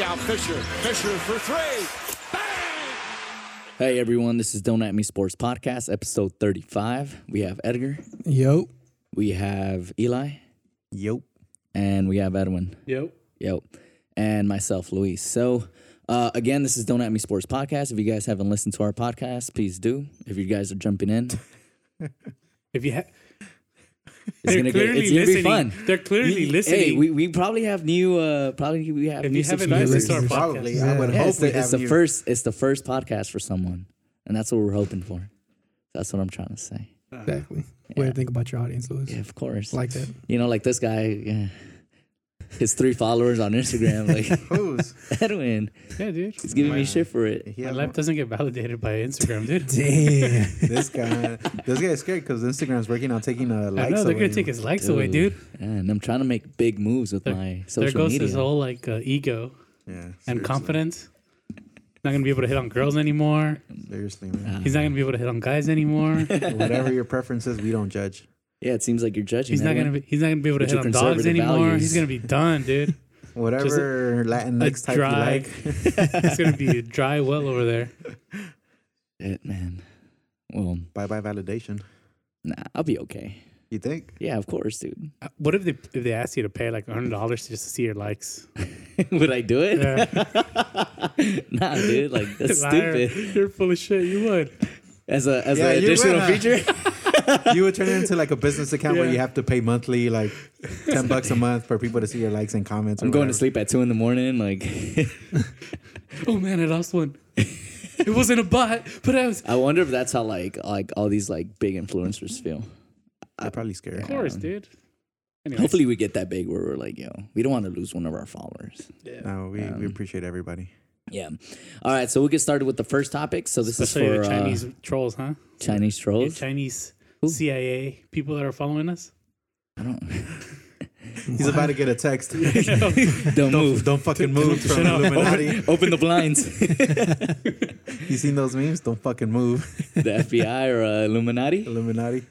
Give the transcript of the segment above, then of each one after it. Now Fisher. Fisher for three. Hey everyone, this is Don't At Me Sports Podcast, episode 35. We have Edgar, Yo. we have Eli, Yo. and we have Edwin. Yep. Yo. And myself, Luis. So, uh, again, this is Don't At Me Sports Podcast. If you guys haven't listened to our podcast, please do. If you guys are jumping in, If you ha- it's they're gonna, get, clearly it's gonna be listening. fun. They're clearly You- listening. Hey, we, we probably have new. Uh, probably we have If new you haven't listened subscribers. to our podcast, Probably. I would Yeah, hope it's we the, it's have the you. first. It's the first podcast for someone, and that's what we're hoping for. That's what I'm trying to say. Exactly. Way to think about your audience, Louis. Yeah, of course. Like that. you know, like this guy, yeah, his three followers on Instagram, like Who's? Edwin, yeah, dude. he's giving me shit for it. He My has life doesn't get validated by Instagram, dude. Damn. one- this guy. This guy is scared because Instagram's working on taking uh, likes I know they're away. gonna take his likes away, dude. And I'm trying to make big moves with There- my social There goes media. his whole like uh, ego Yeah, and seriously. confidence. Not gonna be able to hit on girls anymore. Seriously, man. He's not gonna be able to hit on guys anymore. Whatever your preference is, we don't judge. yeah, it seems like you're judging. He's not gonna Edwin. be. He's not gonna be able to With hit your on dogs conservative anymore. values. He's gonna be done, dude. Whatever Latinx a type you dry. like. it's gonna be a dry well over there. Shit, man. Well, Bye bye validation. nah, I'll be okay. You think? Yeah, of course, dude. Uh, What if they if they ask you to pay like hundred dollars just to see your likes? Would I do it? Yeah. nah, dude. Like that's Liar. stupid. You're full of shit. You would. As a as Yeah, an you additional would, huh? feature. You would turn it into like a business account where Yeah. you have to pay monthly, like ten bucks a month for people to see your likes and comments. I'm going to sleep at two in the morning. Like Oh man, I lost one. it wasn't a bot, but I was. I wonder if that's how like like all these like big influencers feel. I'm probably scared. Of course, dude. Anyways, Hopefully, we get that big where we're like, yo, we don't want to lose one of our followers. No, we, we appreciate everybody. Yeah. All right, so we'll get started with the first topic. So this especially is for the Chinese trolls, huh? uh, Chinese Your trolls. Chinese CIA people that are following us. I don't. He's about to get a text. Don't move. Don't fucking move from Illuminati. Open the blinds. You seen those memes? Don't fucking move, the FBI or uh, Illuminati. Illuminati.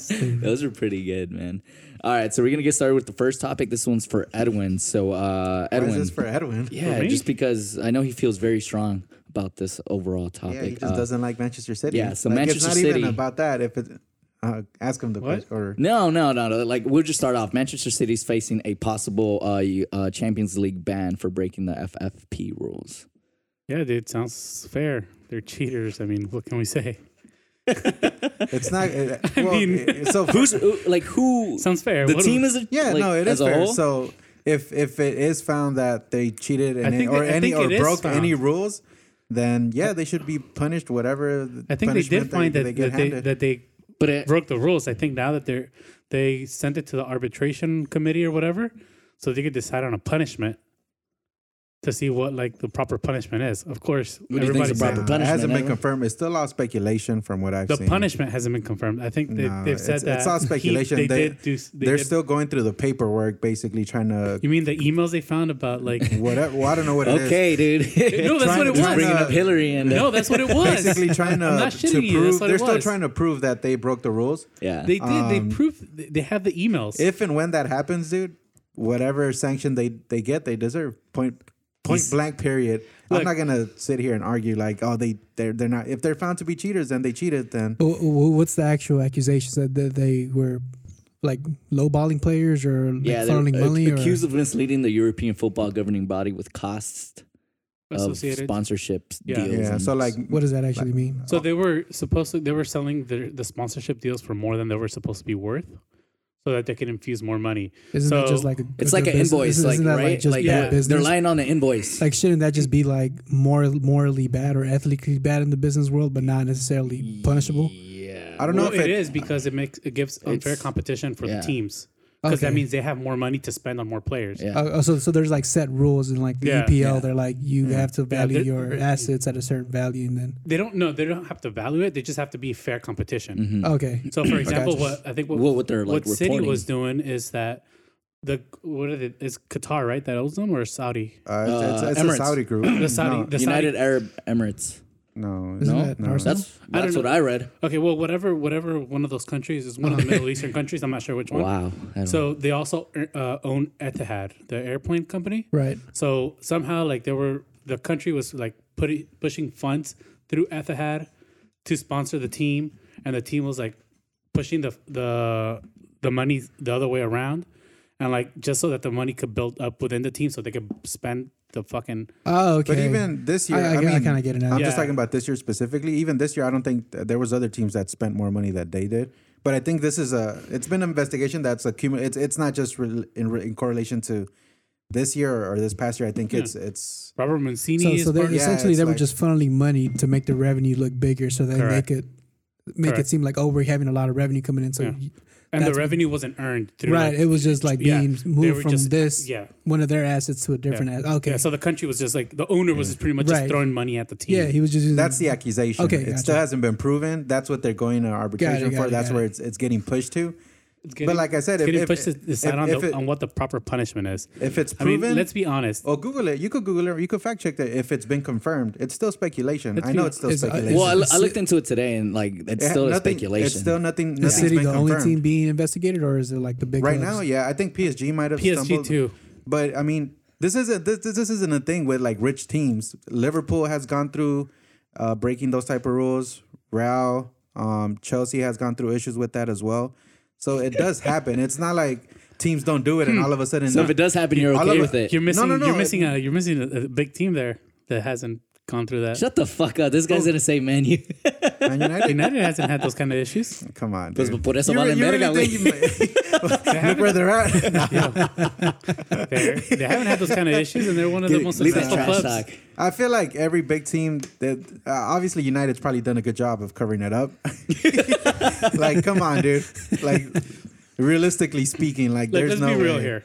Those are pretty good, man. All right, so we're gonna get started with the first topic. This one's for Edwin. So uh, Why is Edwin, this for Edwin? yeah, me? just because I know he feels very strong about this overall topic. Yeah, he just Uh, doesn't like Manchester City. yeah, so like, Manchester it's not City- even about that. If it, uh, ask him the What? question or No, no, no, no. Like we'll just start off. Manchester City's facing a possible uh, y- uh, Champions League ban for breaking the FFP rules. Yeah, dude, sounds fair. They're cheaters. I mean, what can we say? it's not. It, well, mean- it- it's so Who's uh, like who? Sounds fair. The What do team we- is a, Yeah, like, no, it as is a fair. whole? So if if it is found that they cheated and think or that- I any think or it is broke found. any rules, then yeah, they should be punished whatever. the I think they punishment did find that that they, handed. that they but it, broke the rules. I think now that they're they sent it to the arbitration committee or whatever, so they could decide on a punishment to see what like the proper punishment is. Of course, do you think's the everybody's proper Nah, punishment, Uh, it hasn't been Edwin. confirmed. It's still all speculation from what I've the seen. punishment hasn't been confirmed. I think they, No, they've said it's, that it's all he- speculation. they, they, did do. s- They are did- still going through the paperwork, basically trying to You mean the emails they found about like? whatever. Well, I don't know what it is. okay, dude. no, that's Trying what to it do was. Bringing up Hillary and No, that's what it was. Basically, trying I'm to, not to shitting you, that's prove what it they're still was. trying to prove that they broke the rules. yeah. They did. they proved. they- They have the emails. Um, If and when that happens, dude, whatever sanction they they get, they deserve point point blank. Period. Look- I'm not gonna sit here and argue like, oh, they they're they're not. If they're found to be cheaters, then they cheated. Then Wh- wh- What's the actual accusations that that they were like lowballing players or like yeah, funneling they're money? ac- Or, accused of misleading the European football governing body with costs uh, of associated. sponsorship Yeah. deals. yeah. and- So like, what does that actually mean? So they were supposed to. They were selling the, the sponsorship deals for more than they were supposed to be worth, so that they could infuse more money. Isn't so that just like a, it's good like an business- invoice, isn't- like isn't that right, just like bad yeah, business? they're lying on the invoice. Like shouldn't that just be like more morally bad or ethically bad in the business world, but not necessarily punishable? yeah, I don't know Well, if it is because it makes it gives unfair It's- competition for yeah. the teams because that Okay. means they have more money to spend on more players. Yeah. Oh, oh, so so there's like set rules in like the E Yeah, EPL. They're like Mm-hmm. you have to value they're- your assets at a certain value, and then They don't know. They don't have to value it. They just have to be fair competition. Mm-hmm. Mm. okay, So, for example, what I think what, Well, what they're, like, what City reporting. was doing is that the what are they, is Qatar right that owns them or Saudi? uh, it's, it's, it's Emirates. a Saudi group. The Saudi, the Saudi, United Arab Emirates. No, Isn't No? that No. Arsenal? That's that's know. what I read. Okay, well, whatever, whatever one of those countries is one of the Middle Eastern countries. I'm not sure which one. Wow. I don't- So they also uh, own Etihad, the airplane company. right. So somehow, like there were, the country was like putting pushing funds through Etihad to sponsor the team, and the team was like pushing the the the money the other way around, and like just so that the money could build up within the team, so they could spend the fucking Oh, okay. But even this I- year, I I, get- I mean, kinda get it now. I'm Yeah. just talking about this year specifically. Even this year, I don't think th- there was other teams that spent more money that they did. But I think this is a. It's been an investigation that's a. cumu- It's it's not just re, in, re- in correlation to this year or, this past year. I think it's it's Robert Mancini so, is so they part of- yeah, essentially it's they were like- just funneling money to make the revenue look bigger, so that Correct. they could make Correct. it seem like oh we're having a lot of revenue coming in. So Yeah. you- and the that's- revenue wasn't earned through right, like, it was just like yeah, being they were moved from just- this yeah. one of their assets to a different asset. Okay, Yeah, so the country was just like the owner was pretty much just Right. throwing money at the team. yeah, he was just using that's the accusation. Okay, it gotcha. still hasn't been proven. That's what they're going to arbitration got for. it, that's got where it. it's it's getting pushed to. It's getting- like I said, it's if- getting if- pushed to decide if- on, if the, it- on what the proper punishment is. If it's I mean, proven, let's be honest. Oh, Google it. You could Google it. You could fact check that if it's been confirmed. It's still speculation. Let's I be- know it's still it's- uh, speculation. well, I, it's- I looked into it today, and like it's It- still a nothing- speculation. It's still nothing. the nothing's city been the only confirmed. team being investigated, or is it like the big right clubs? now yeah i think psg might have PSG stumbled too. but i mean this isn't this, this this isn't a thing with like rich teams liverpool has gone through uh breaking those type of rules real um chelsea has gone through issues with that as well so it does happen it's not like teams don't do it and all of a sudden so if it does happen, you're All okay of with it- it. You're missing. no, no, You're it- missing a. You're missing a, a big team there that hasn't gone through that. Shut the fuck up. This guy's gonna say man you. Man United- United hasn't had those kind of issues. come on Pues dude. por eso You re- valen you verga, really think you- look where they're at They're- they haven't had those kind of issues, and they're one of the most Leave that trash successful clubs. talk. I feel like every big team that uh, obviously United's probably done a good job of covering it up. like, come on, dude. Like, realistically speaking, like, Like, let's there's no be real way. here.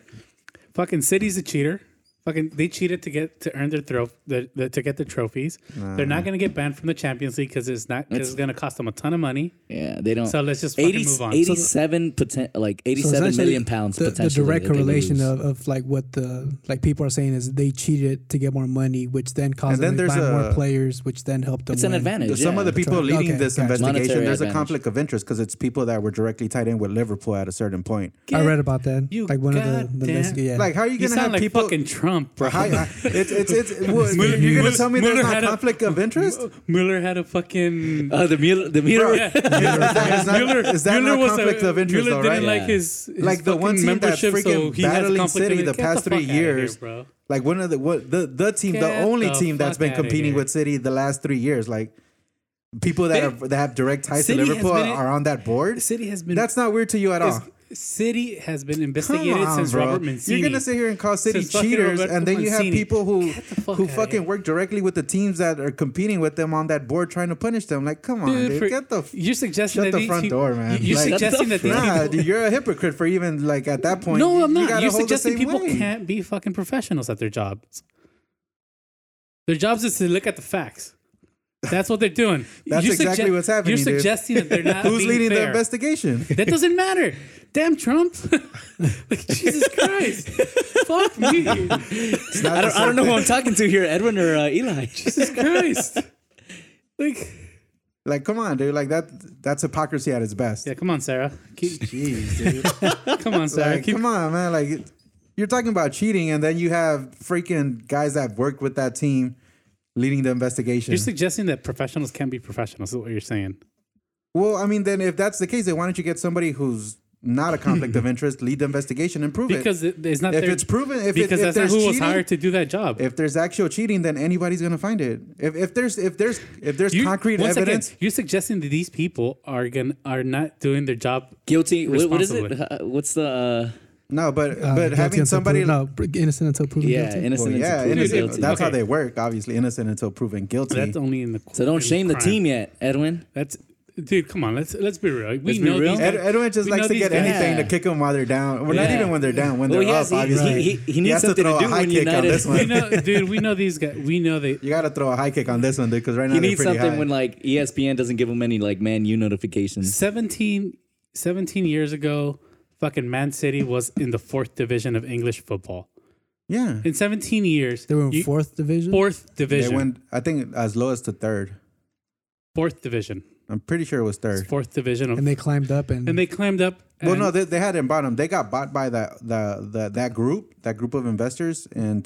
Fucking City's a cheater. Fucking, they cheated to get to earn their throw the, the, to get their trophies. They're not going to get banned from the Champions League because it's not because it's going to cost them a ton of money. Yeah, they don't. So let's just fucking 80, move on. 87 poten- like So eighty-seven million essentially, pounds The, the potentially. direct that they would correlation lose. of, of like what the like people are saying is they cheated to get more money, which then caused then them to there's buy more a- players, which then helped them. it's an win. advantage. Some yeah. of the people Right. leading Okay, this gotcha. investigation, Monetary there's advantage. a conflict of interest because it's people that were directly tied in with Liverpool at a certain point. I read about that. You like one of the, the goddamn- list, yeah. Like, how are you You going to have sound like people? fucking Trump, bro. How- how- it's, it's, it's, well, Mueller- you're going to tell me Mueller there's not had a- conflict of interest? Mueller had a fucking Uh, the Mueller, the Mueller, Yeah. Is that, Mueller, is that Mueller not was conflict a, of interest, Mueller though, right? didn't like Yeah. his, his like the fucking one team that's membership, so freaking he battling has conflict of City the interest. Get past the three fuck outta here, years. bro. like one of the what the the team, the Get only the team that's fuck been outta competing here. with City the last three years. Like people that They- have that have direct ties City to has Liverpool been- are on that board. City has been That's not weird to you at all. is- City has been Come investigated on, since bro. Robert Mancini. You're gonna sit here and call City Since fucking cheaters, Roberto and then you have Mancini. people the who fuck who outta fucking here. work directly with the teams that are competing with them on that board, trying to punish them. Like, come on, dude, for- get the f- you're suggesting shut that the these front people- door, man. You're Like- suggesting that these nah, people. dude, you're a hypocrite for even like at that point. No, you- I'm you not. gotta You're hold the suggesting same people way. can't be fucking professionals at their jobs. Their jobs is to look at the facts. That's what they're doing. That's exactly what's happening, You're dude. suggesting that they're not. Who's being leading the fair. investigation? That doesn't matter. Damn Trump. like Jesus Christ. Fuck me. I don't, I don't know who I'm talking to here, Edwin or uh, Eli. Jesus Christ. Like Like, come on, dude. Like that that's hypocrisy at its best. Yeah, come on, Sarah. Keep, Jeez, dude. come on, Sarah. like, Keep, come on, man. Like it- you're talking about cheating and then you have freaking guys that worked with that team leading the investigation. You're suggesting that professionals can't be professionals, is what you're saying. well, I mean, then if that's the case, then why don't you get somebody who's not a conflict of interest, lead the investigation and prove Because it. it, it's not If their- it's proven- if it- because if that's not there's who was cheating- hired to do that job. If there's actual cheating, then anybody's gonna find it. If, if there's if there's if there's You- concrete once again, evidence, you're suggesting that these people are going are not doing their job. Guilty. What, what is it? Responsibly. Uh, What's the uh, no, but Uh, but guilty having until somebody proven, no, pr- innocent until proven yeah guilty. innocent? Well, until yeah, proven innocent- guilty. that's how Okay. they work. Obviously, innocent until proven guilty. That's only in the So don't in shame the crime. team yet, Edwin. That's dude. Come on, let's let's be real. We Let's be know real. these. Ed, Guys, Edwin just we likes know to these get guys- anything to Yeah. kick them while they're down. Well, not Yeah. even when they're down, when Well, they're he up. has- he- obviously, he- he- he needs has to something to throw do a high when kick United- on this we one. know, dude. We know these guys. We know they. you got to throw a high kick on this one, dude, because right now He they're needs pretty something high. when like E ESPN doesn't give him any like man you notifications. 17, 17 years ago, fucking Man City was in the fourth division of English football. yeah, In 17 years, They were in you- fourth division. fourth they division. went. I think as low as to third. fourth division, I'm pretty sure it was third. fourth division, of, and and, they climbed up and, they climbed up. Well, and- no, they, they hadn't bought them. They got bought by that the, the that group, that group of investors in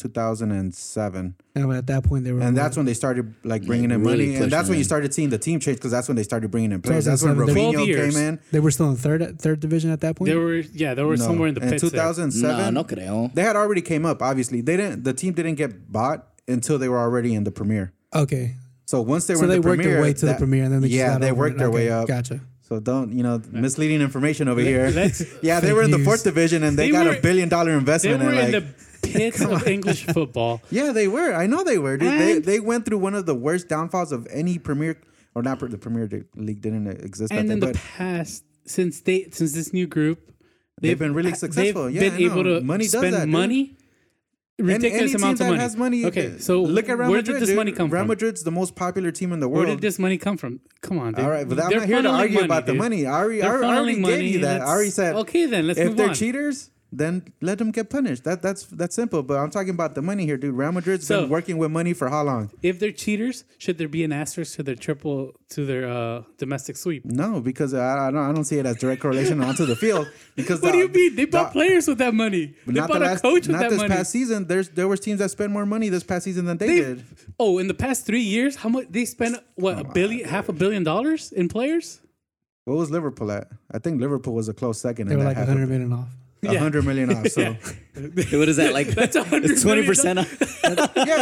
2007, and at that point they were. and that's when they started like bringing in Mm-hmm. really money, and that's pushing when you in. started seeing the team change because that's when they started bringing in players. That's when 2007, Robinho 12 years. came in. they were still in third third division at that point. they were yeah, they were No, somewhere in the pits. there. 2007. no, no creo. They had already came up. Obviously, they didn't. The team didn't get bought until they were already in the premier. okay, So once they were so in they the worked premier, their way to that- the premiere and then they just yeah got they over worked it. their Okay, way up. Gotcha. So don't you know misleading information over here. let's- yeah, they Fake were in the news. fourth division and they, They got were- a billion dollar They investment. were and in like, the pits of English football. yeah, they were. I know they were. Dude. They And- they went through one of the worst downfalls of any premier or not pre- the premier Di- league didn't exist. back and in then, the but past, since they since this new group, They've been really successful. They've Yeah, been I able know. to Money does spend that, dude. money, ridiculous any team amounts that of money. has money. uh, Okay, so look at Real where Madrid, did this dude. money come Real from? Madrid's the most popular team in the Where world. did this money come from? Come on, dude. All right, but I'm They're not here to funneling argue money, about the dude. money. I already, I They're already funneling gave money, you that. I that's- already said. Okay, then, let's if move they're on. cheaters, then let them get punished. That that's that's simple. But I'm talking about the money here, dude. Real Madrid's So- been working with money for how long? If they're cheaters, should there be an asterisk to their triple to their uh, domestic sweep? No, because I, I don't I don't see it as direct correlation onto the field. Because What the- do you mean? They bought the- players with that money. but They not bought the a last- coach with Not that this money. past season. There's there was teams that spent more money this past season than they They- did. oh, in the past three years, how much they spent? What a billion, half a billion dollars in players? What was Liverpool at? I think Liverpool was a close second. They in were that like half 100 million off. a hundred million off. So What is that like? That's a hundred It's twenty percent. yeah,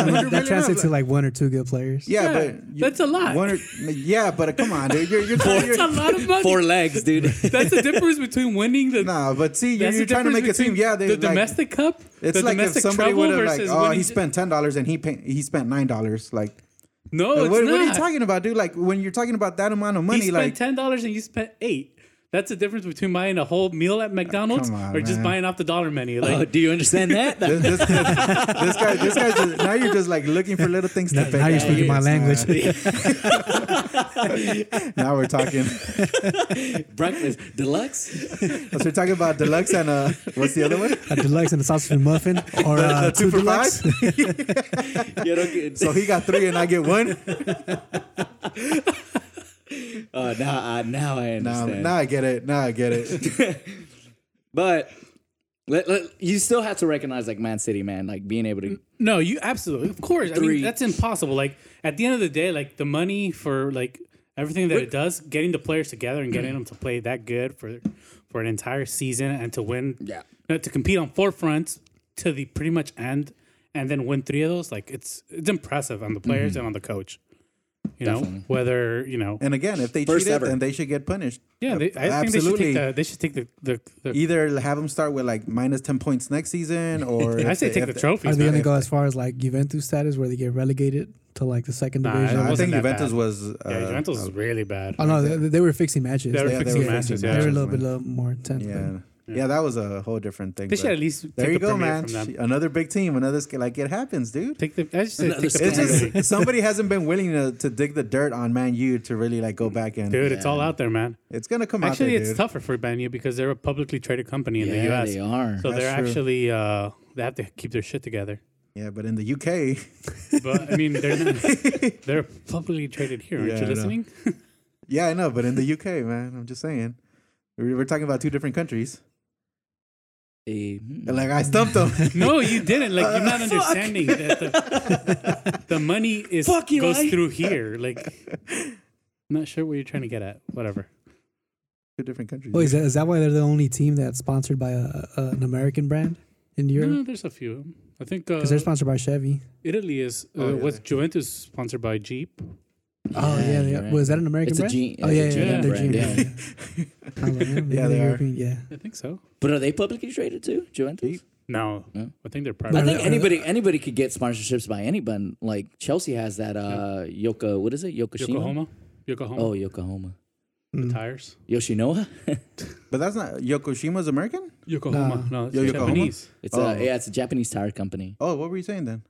100 million That off. translates to like one or two good players. yeah, Yeah, but that's a lot. One or, yeah, but uh, come on, dude. You're you're, trying- That's a you're lot of money. Four legs, dude. That's the difference between winning the. Nah, but see, you're, that's you're the trying to difference make it seem between yeah, they, the like, domestic cup. It's the like if domestic somebody would treble have like, versus oh, winning- he spent ten dollars and he pay, he spent nine dollars. Like, No, what, Oh, it's what not. are you talking about, dude? Like, when you're talking about that amount of He money, spent like, ten dollars and you spent eight. That's the difference between buying a whole meal at McDonald's Come on, or just man. buying off the dollar menu. Like, Oh, do you understand that? this, this, this guy, this guy, just, now you're just like looking for little things to pick. Now you're at. speaking my It's language. not- now we're talking. Breakfast deluxe. So we're talking about deluxe and uh, what's the other one? a deluxe and a sausage and muffin, or uh, Two two, for five. deluxe. You don't get- So he got three and I get one. Oh, now, I, now I Now, understand. now I get it. Now I get it. But let, let, you still have to recognize, like Man City, man, like being able to. No, you absolutely, of course. I Three. mean, that's impossible. Like at the end of the day, like the money for like everything that it does, getting the players together and getting them to play that good for for an entire season and to win, Yeah. no, to compete on four fronts to the pretty much end, and then win three of those. Like it's it's impressive on the players and on the coach. You know whether you know. Mm-hmm. And again, if they First cheated, ever. then they should get punished. yeah, they, I think they should take the. They should take the. the, the Either have them start with like minus ten points next season, or I if say they- take if the they- trophies. Are they gonna man. go as far as like Juventus status, where they get relegated to like the second Nah, division? It I wasn't think that Juventus bad. was. Uh, yeah, Juventus is really bad. Oh no, they, they were fixing matches. They were yeah, they fixing were matches. fixing Yeah. They were a matches, little bit man. uh, more intense. Yeah. Yeah, that was a whole different thing. They but should at least There take you the go, Premier man. from them. She- uh, Another big team, another sk- like it happens, dude. Take the. I just say Another take the. step. It's penalty. just somebody hasn't been willing to, to dig the dirt on Man U to really like go back in. Dude, it's all out there, man. It's gonna come out. Actually, there, it's dude. tougher for Banu because they're a publicly traded company in Yeah, the U.S. they are. So they're That's true. actually uh, they have to keep their shit together. Yeah, but in the UK, But I mean, they're not, they're publicly traded here. Aren't Yeah, I you know. listening? yeah, I know, but in the UK, man, I'm just saying. We- We're talking about two different countries. Eh, hmm. Like I stumped them. no, you didn't. Like you're not understanding that the, the money is Fuck you, goes I- through here. Like, I'm not sure what you're trying to get at. Whatever. two different countries. Wait, Oh, is that, is that why they're the only team that's sponsored by a, a, an American brand in No, Europe? there's a few. I think uh, Because they're sponsored by Chevy. Italy is uh, Oh, yeah, what's they- Juventus sponsored by Jeep. Oh yeah, they you're are. right. was that an American It's a brand? G- oh it's yeah, a yeah, yeah, GM they're brand, GM, yeah. yeah. I was like, maybe Yeah, they're they are. European, yeah. I think so. But are they publicly traded too, Juventus? No, I think they're private. I think they- anybody anybody could get sponsorships by anyone. Like Chelsea has that uh Yoka. What is it? Yokoshima. Yokohama, Yokohama Oh, Yokohama. Mm. Mm-hmm. tires. Yoshinoa. But that's not Yokoshima's American. Yokohama. No, it's Yo- Yokohama? Japanese. It's Oh. a yeah, it's a Japanese tire company. Oh, what were you saying then?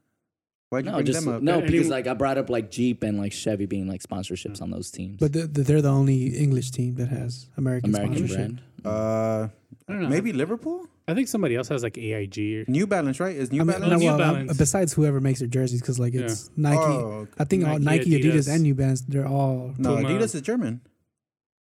Why'd you No, bring just them up? no Any- because like I brought up like Jeep and like Chevy being like sponsorships on those teams. But the, the, they're the only English team that has American, American sponsorship. brand. Uh, I don't know. maybe Liverpool. I think somebody else has like AIG. Or, New Balance, right? Is New I mean, Balance? no, New well, uh, Balance. besides whoever makes their jerseys, because like it's Nike. Oh, I think all Nike, Nike, Adidas, Adidas. and New Balance, they're all no, Puma. Adidas is German.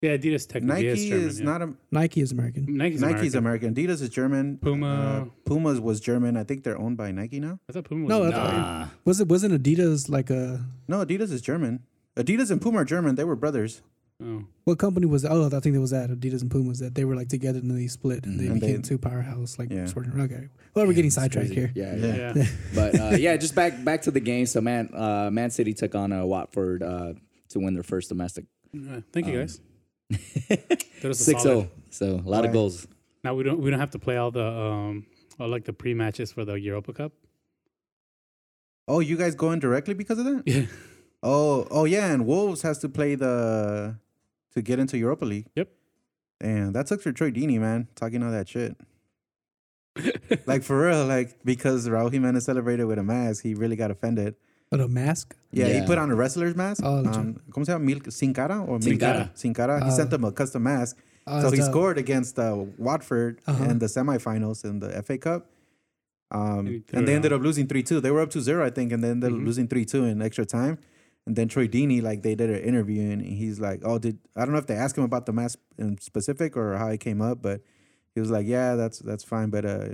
yeah, Adidas technically Nike is German. is yeah. not a Nike is Mm. American. Nike's, Nike's American. American. Adidas is German. Puma. Uh, Puma's was German. I think they're owned by Nike now. I thought Puma was No, no, I thought- Nah. Was it wasn't Adidas like a No, Adidas is German. Adidas and Puma are German. They were brothers, oh. what company was? That? Oh, I think it was that Adidas and Pumas that they were like together and then they split and they And they- became two powerhouse like Yeah. sporting. Okay, well we're getting sidetracked Crazy. here. Yeah, yeah. Yeah. Yeah. but uh, yeah, just back back to the game. So man, uh, Man City took on uh, Watford uh, to win their first domestic Yeah. Thank Um, you guys. That was a 6 solid- oh. 0. oh. So a lot of goals. Now we don't we don't have to play all the um all like the pre matches for the Europa Cup. Oh, you guys going directly because of that? Yeah. Oh, oh yeah, and Wolves has to play the to get into Europa League. Yep. And that sucks for Troy Deeney, man. Talking all that shit. like for real, like because Raul Jimenez celebrated with a mask, he really got offended. But a mask. Yeah, Yeah. he put on a wrestler's mask. Oh, legit. um, ¿Cómo se llama? Mil- Sin cara or Sin Mil- Cara. Sin cara. He Ah. sent them a custom mask. Oh, so it's he a- scored against uh, Watford Uh-huh. in the semifinals in the FA Cup. he Um, threw and they it ended out. up losing 3 2. They were up 2 0, I think, and then they're losing 3 2 in extra time. And then Troy Deeney, like, they did an interview, and he's like, Oh, did I don't know if they asked him about the mask in specific or how it came up, but he was like, Yeah, that's that's fine, but uh,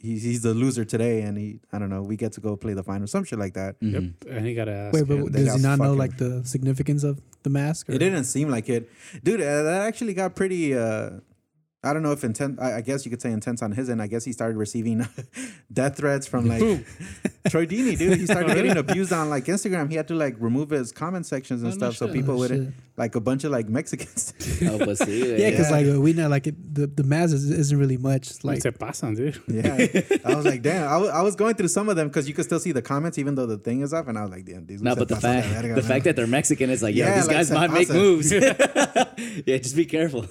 he's, he's the loser today, and he, I don't know, we get to go play the final, some shit like that. Yep. And he got to ask. Wait, but Mm-hmm. they does he got not know fucking- like the significance of the mask? It didn't seem like it, dude. Uh, that actually got pretty. Uh, I don't know if intense. I, I guess you could say intense on his end. I guess he started receiving death threats from like Troy Deeney, dude. He Oh, started getting abused on like Instagram. He had to like remove his comment sections and Oh, no stuff, so shit. people Oh, wouldn't shit. like a bunch of like Mexicans. Help us see. Yeah, because Yeah. like uh, we know like it, the the mask is, isn't really much like. se pasan, dude. yeah, I was like, damn. I wa- I was going through some of them because you could still see the comments even though the thing is up, and I was like, damn, these. No, güeyes but the se fact pasan de verga, the man. fact that they're Mexican is like, yeah, Yeah, these like, guys se might make pasan. moves. yeah, just be careful.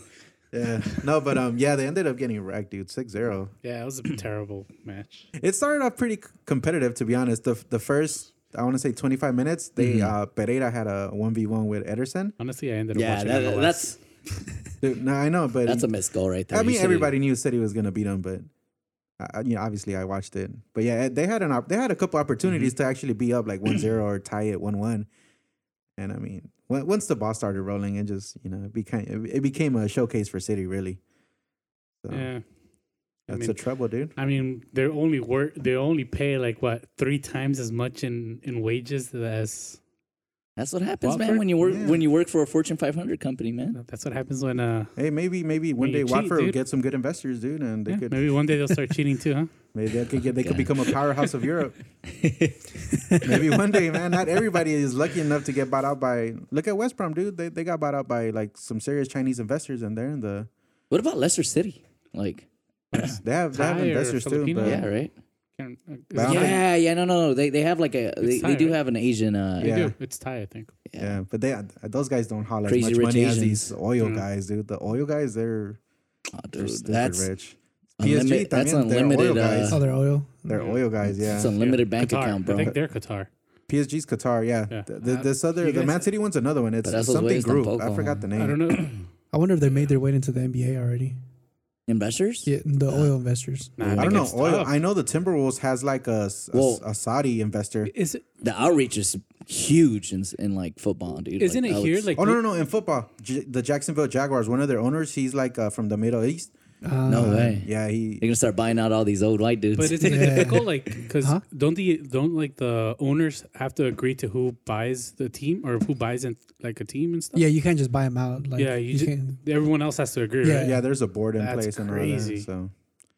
yeah, no, but um, yeah, they ended up getting wrecked, dude, 6-0. Yeah, it was a terrible match. It started off pretty c- competitive, to be honest. The the first, I want to say, twenty five minutes, they Mm-hmm. uh, Pereira had a one v one with Ederson. Honestly, I ended up Yeah, watching that, it on the last- that's Dude, no, I know, but that's a missed goal right there. I You mean, should've- everybody knew City was gonna beat them, but I, I- you know, obviously, I watched it. But yeah, they had an op- they had a couple opportunities Mm-hmm. to actually be up like 1-0 or tie it one one, and I mean. on- Once the ball started rolling, it just you know it became it became a showcase for City really. So Yeah. that's mean- a trouble, dude. I mean, they're only work. They only pay like what three times as much in in wages as. That's what happens, man. Watford? When you work Yeah. when you work for a Fortune 500 company, man. That's what happens when uh. Hey, maybe maybe one When you day cheat, Watford will dude. get some good investors, dude, and they yeah, could maybe one day they'll start cheating too, huh? Maybe they could get, they could become a powerhouse of Europe. Maybe one day, man. Not everybody is lucky enough to get bought out by. Look at West Brom, dude. They, they got bought out by like some serious Chinese investors, and they're in the What about Leicester City? Like, they have they have Thai or investors too. Filipino? But yeah, right. Can't, uh, is But it I'm- Thai? Yeah, yeah, no, no, no. They they have like a they, they Thai, do right? have an Asian. Uh, They Yeah. do. It's Thai, I think. yeah, but they uh, those guys don't haul as Crazy much rich money as Asians. these oil Mm. guys, dude. The oil guys, they're oh, dude, they're stupid that's rich. unlimited- that's también, They're oil unlimited, uh, guys. Oh, their oil. they're oil guys. Yeah. it's unlimited bank Qatar. account, I bro. think they're Qatar. PSG's Qatar. Yeah. Yeah. The, the- Uh, this other you the guys- Man City one's another one. It's Pero esos something güeyes group. I tampoco. forgot the name. I don't know. I wonder if they made their way into the NBA already. Investors? Yeah, the Uh, oil investors. Nah, I think don't know. it's Oil. tough. I know the Timberwolves has like a, s- a s- Well- a Saudi investor. Is it? The outreach is huge in, in like football, dude. Isn't Like, it I would- here? Like Oh no no no! In football, J- the Jacksonville Jaguars, one of their owners, he's like uh, from the Middle East. Uh, no way. Yeah, They're he. gonna start buying out all these old white dudes. uh, But isn't it Yeah. difficult? Like, because Huh? don't the don't like the owners have to agree to who buys the team or who buys in, like a team and stuff? Yeah, you can't just buy them out. Like, yeah. You, ju- can't. everyone else has to agree, Yeah. right? Yeah, there's a board in That's place and all crazy. that. So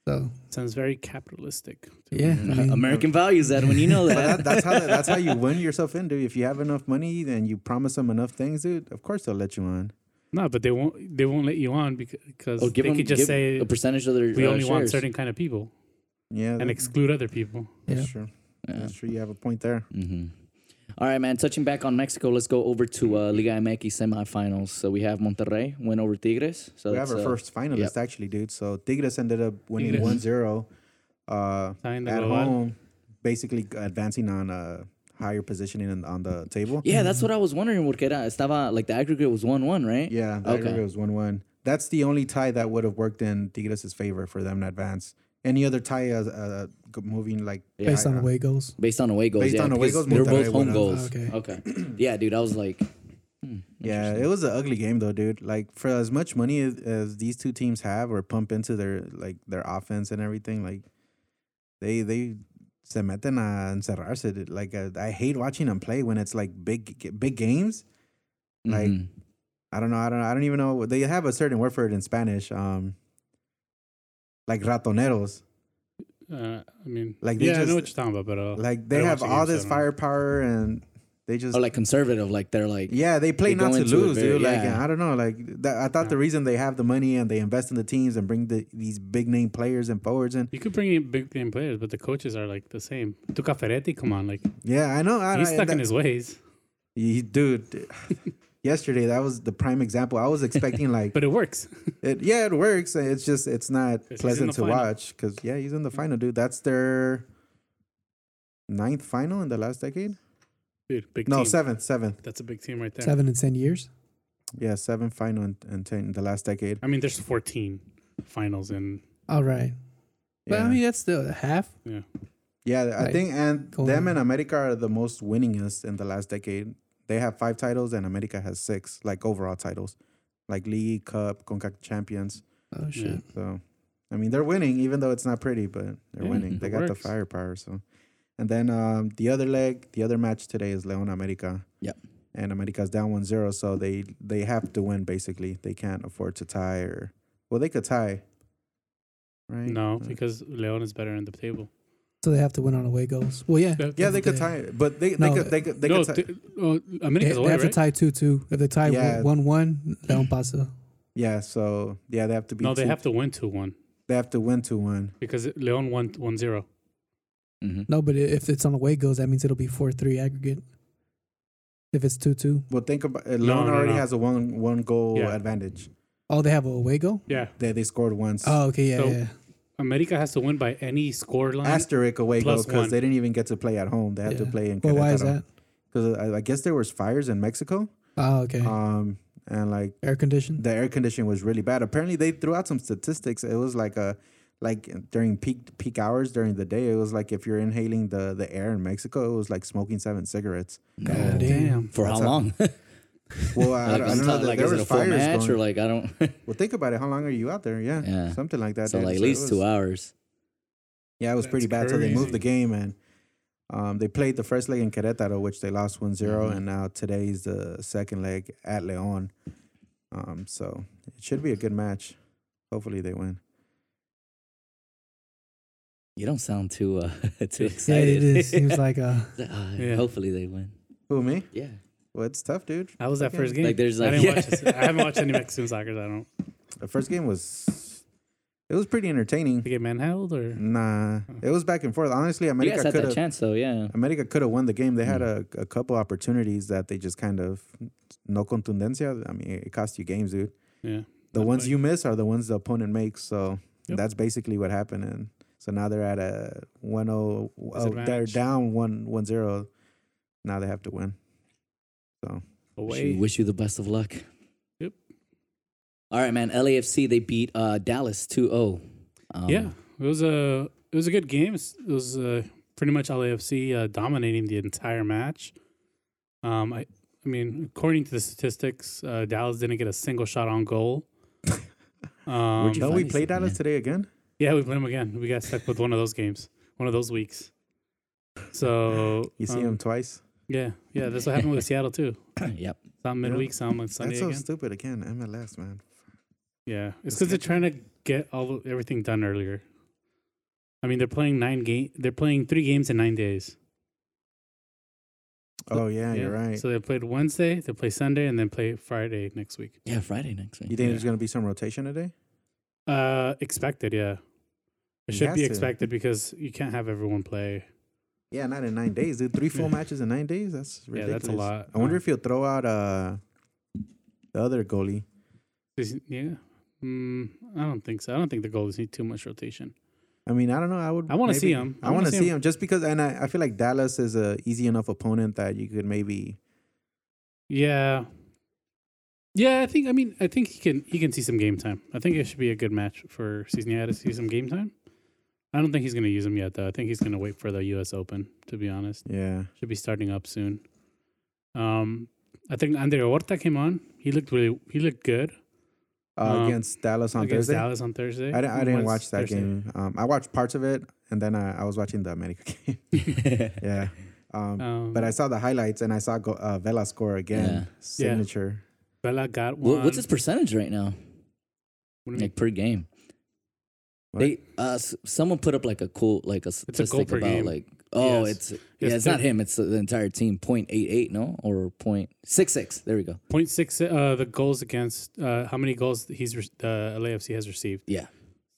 So Sounds very capitalistic. uh, yeah, I mean, American values, Edwin. You know that. that, that's how that's how you win yourself in, dude. If you have enough money and you promise them enough things, dude, of course they'll let you on. No, but they won't. They won't let you on because Oh, they give them could just give say a percentage of their. we uh, only want shares. certain kind of people Yeah, and that- exclude other people. that's Yeah. true. That's true. You have a point there. Mm-hmm. All right, man. Touching back on Mexico, let's go over to uh, Liga MX semifinals. So we have Monterrey win over Tigres. So we have that's, uh, our first yep. finalist actually, dude. So Tigres ended up winning Tigres. 1-0 uh, Tying the at global. home, basically advancing on a higher positioning in, on the table. Yeah, that's what I was wondering. Porque era, estaba like the aggregate was one one, right? Mm-hmm. Yeah, the Okay. aggregate was one one. That's the only tie that would have worked in Tigres' favor for them to advance. any other Thai uh, uh, g- movie like based I- on the way it goes. Based on away goals. Based yeah, on away because goals, They're both Monterrey home won. goals. Okay. Okay. Yeah, dude. I was like, Yeah, it was an ugly game though, dude. Like for as much money as, as these two teams have or pump into their like their offense and everything, like they they se meten a encerrarse. dude. Like I, I hate watching them play when it's like big big games. Like mhm. I don't know, I don't I don't even know. They have a certain word for it in Spanish. Um, like ratoneros. Uh, I mean, Like, like they yeah, I just- know what you're talking about, but uh, Like I they don't have watch the all games, this so I don't know. firepower and they just or like conservative. Like they're like, Yeah, they play They not go to into it lose, very- dude. Like yeah. I don't know, like that, I thought the reason they have the money and they invest in the teams and bring the, these big name players and forwards in. You could bring in big name players, but the coaches are like the same. Tuca Ferretti, come on, like Ah, Yeah, I know. I, he's I- stuck in that- his ways, he- dude. yesterday, that was the prime example. I was expecting like, but it works. it, yeah, it works. It's just it's not he's in pleasant the to final. watch because yeah, he's in the final, dude. That's their ninth final in the last decade. Dude, big No, team. seventh, seventh. That's a big team right there. Seven and ten years. Yeah, seventh final in, in ten in the last decade. I mean, there's 14 finals and All right, but Yeah. I mean that's still half. yeah, Yeah, I Like, think and go them on. and America are the most winningest in the last decade. They have five titles and America has six, like overall titles, like League Cup, Concacaf Champions. Oh shit. Yeah. So, I mean, they're winning, even though it's not pretty, but they're Yeah, winning. it They got the works. firepower. So, and then um, the other leg, the other match today is Leon America. Yep. And America's down 1-0, so they they have to win. Basically, they can't afford to tie or well, they could tie. Right? no, Uh, because Leon is better in the table. So they have to win on away goals. Well, yeah. Yeah, they could They- tie, but they they No, could they could they no, could tie. t- oh, They, America's they away, have right? to tie two two. If they tie Yeah. one one, Leon pasa. Yeah, so yeah, they have to be. no, they two- have to win 2 1 They have to win two one. because Leon won 1 0. mhm. No, but i- if it's on away goals, that means it'll be four three aggregate. If it's two two, Well, think about it. No, Lone no, already no. has a one one goal Yeah. advantage. oh, they have a away goal. Yeah, They they scored once. Oh, okay, yeah, So- yeah. America has to win by any score line. Asterisk away goal Plus because one. they didn't even get to play at home. They had to Yeah. play in. Well, why is that? Because I, I guess there was fires in Mexico. Oh, okay. Um, and like Air conditioned. the air conditioning was really bad. Apparently, they threw out some statistics. It was like a like during peak peak hours during the day, it was like if you're inhaling the the air in Mexico, it was like smoking seven cigarettes. No. God damn. For how That's a- long? Well, like, I, I I'm don't know. talking that like, there is was it a full fires match going. or like, I don't. Well, think about it. How long are you out there? Yeah, Yeah. something like that. so, dude. like, at So it least two was- hours. Yeah, it was pretty bad. That's So they moved crazy. the game and um, they played the first leg in Querétaro, which they lost 1-0. Mm-hmm. and now today's the second leg at León. Um, so it should be a good match. Hopefully they win. You don't sound too uh, too Yeah, excited. it is. Seems like uh Ah, Yeah. Hopefully they win. Who me? Yeah. Well, it's tough, dude. That was that Okay. first game. Like, there's, I like- didn't Yeah. watch. This. I haven't watched any Mexican soccer. so I don't. The first game was it was pretty entertaining. They get manhandled or Nah, it was back and forth. Honestly, You guys America had could that have chance, though. Yeah. America could have won the game. They had Hmm. a, a couple opportunities that they just kind of no contundencia. I mean, it cost you games, dude. yeah. the That's ones like- you miss are the ones the opponent makes. So Yep. that's basically what happened. And so now they're at a 1 0. Oh, they're Disadvantage. down 1 1 0. Now they have to win. So, Wish you, away. wish you the best of luck. Yep. All right, man. LAFC, they beat uh, Dallas 2 0. Um, Yeah, it was a it was a good game. It's- It was uh, pretty much LAFC uh, dominating the entire match. Um, I I mean, according to the statistics, uh, Dallas didn't get a single shot on goal. Um, you no, finally we see played them, Dallas yeah. today again. yeah, we played them again. We got stuck with one of those games, one of those weeks. So You see um, them twice. Yeah, yeah, that's what happened with Seattle too. yep. Some Yeah. midweek, some on Sunday That's so again. stupid again. MLS, man. Yeah, it's because they're trying to get all the- everything done earlier. I mean, they're playing nine game. They're playing three games in nine days. Oh, yeah, you're right. So they played Wednesday, they play Sunday, and then play Friday next week. Yeah, Friday next week. you think there's going to be some rotation today? Uh, expected, yeah. It He should has be to. expected because you can't have everyone play. Yeah, not in nine days, dude. Three full Yeah. matches in nine days? That's Yeah, ridiculous. that's a lot. I wonder Uh, if he'll throw out uh, the other goalie. is- yeah. Mm, I don't think so. I don't think the goalies need too much rotation. I mean, I don't know. I would. I wanna maybe- see 'em. I, want to see him. just because, and I, I feel like Dallas is a easy enough opponent that you could maybe. Yeah. Yeah, I think. I mean, I think he can. He can see some game time. I think it should be a good match for Cisnier to see some game time. I don't think he's going to use him yet, though. I think he's going to wait for the U.S. Open. To be honest, Yeah. should be starting up soon. Um, I think Andre Orta came on. He looked really, he looked good Uh, Um, against Dallas on against Thursday. Dallas on Thursday. I didn't, I didn't Once watch that Thursday. game. Um, I watched parts of it, and then I, I was watching the America game. yeah. Um, Um, but I saw the highlights, and I saw go, uh, Vela score again. Signature. Bella got one. Wha- what's his percentage right now? What do you mean? Like per game. What? They uh, s- someone put up like a cool like a statistic per about game. like oh Yes. it's yeah it's not thir- him it's the entire team 0.88 no or 0.66 there we go Point six. Uh, the goals against uh, how many goals he's re- uh, LAFC has received. yeah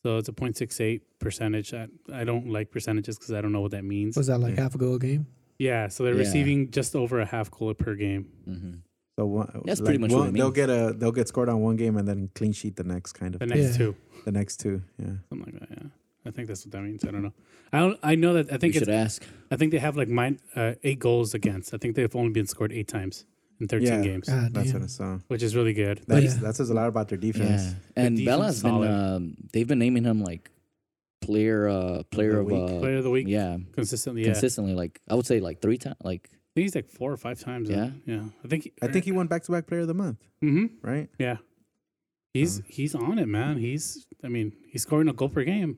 So it's a 0.68 percentage. I, I don't like percentages because I don't know what that means. Was that like half a goal a game? yeah, so they're Yeah. receiving just over a half goal per game. hmm So one, That's pretty much what one, it they'll means. get a they'll get scored on one game and then clean sheet the next kind of The next Yeah. two, the next two. Yeah. something like that. Yeah, I think that's what that means. I don't know. I don't. I know that. I we think should it's, ask I think they have like mine uh, eight goals against. I think they've only been scored eight times in 13 Yeah. games, God That's what damn. I saw. which is really good. That, Yeah. that says a lot about their defense. yeah and defense Bella's been solid. um, they've been naming him like player uh player The of week. uh Player of the week yeah consistently. Yeah, consistently like I would say like three times like I think he's like four or five times. Yeah. yeah. I think. I think he won back to back player of the month, hmm right? Yeah, he's he's on it, man. He's. I mean, he's scoring a goal per game.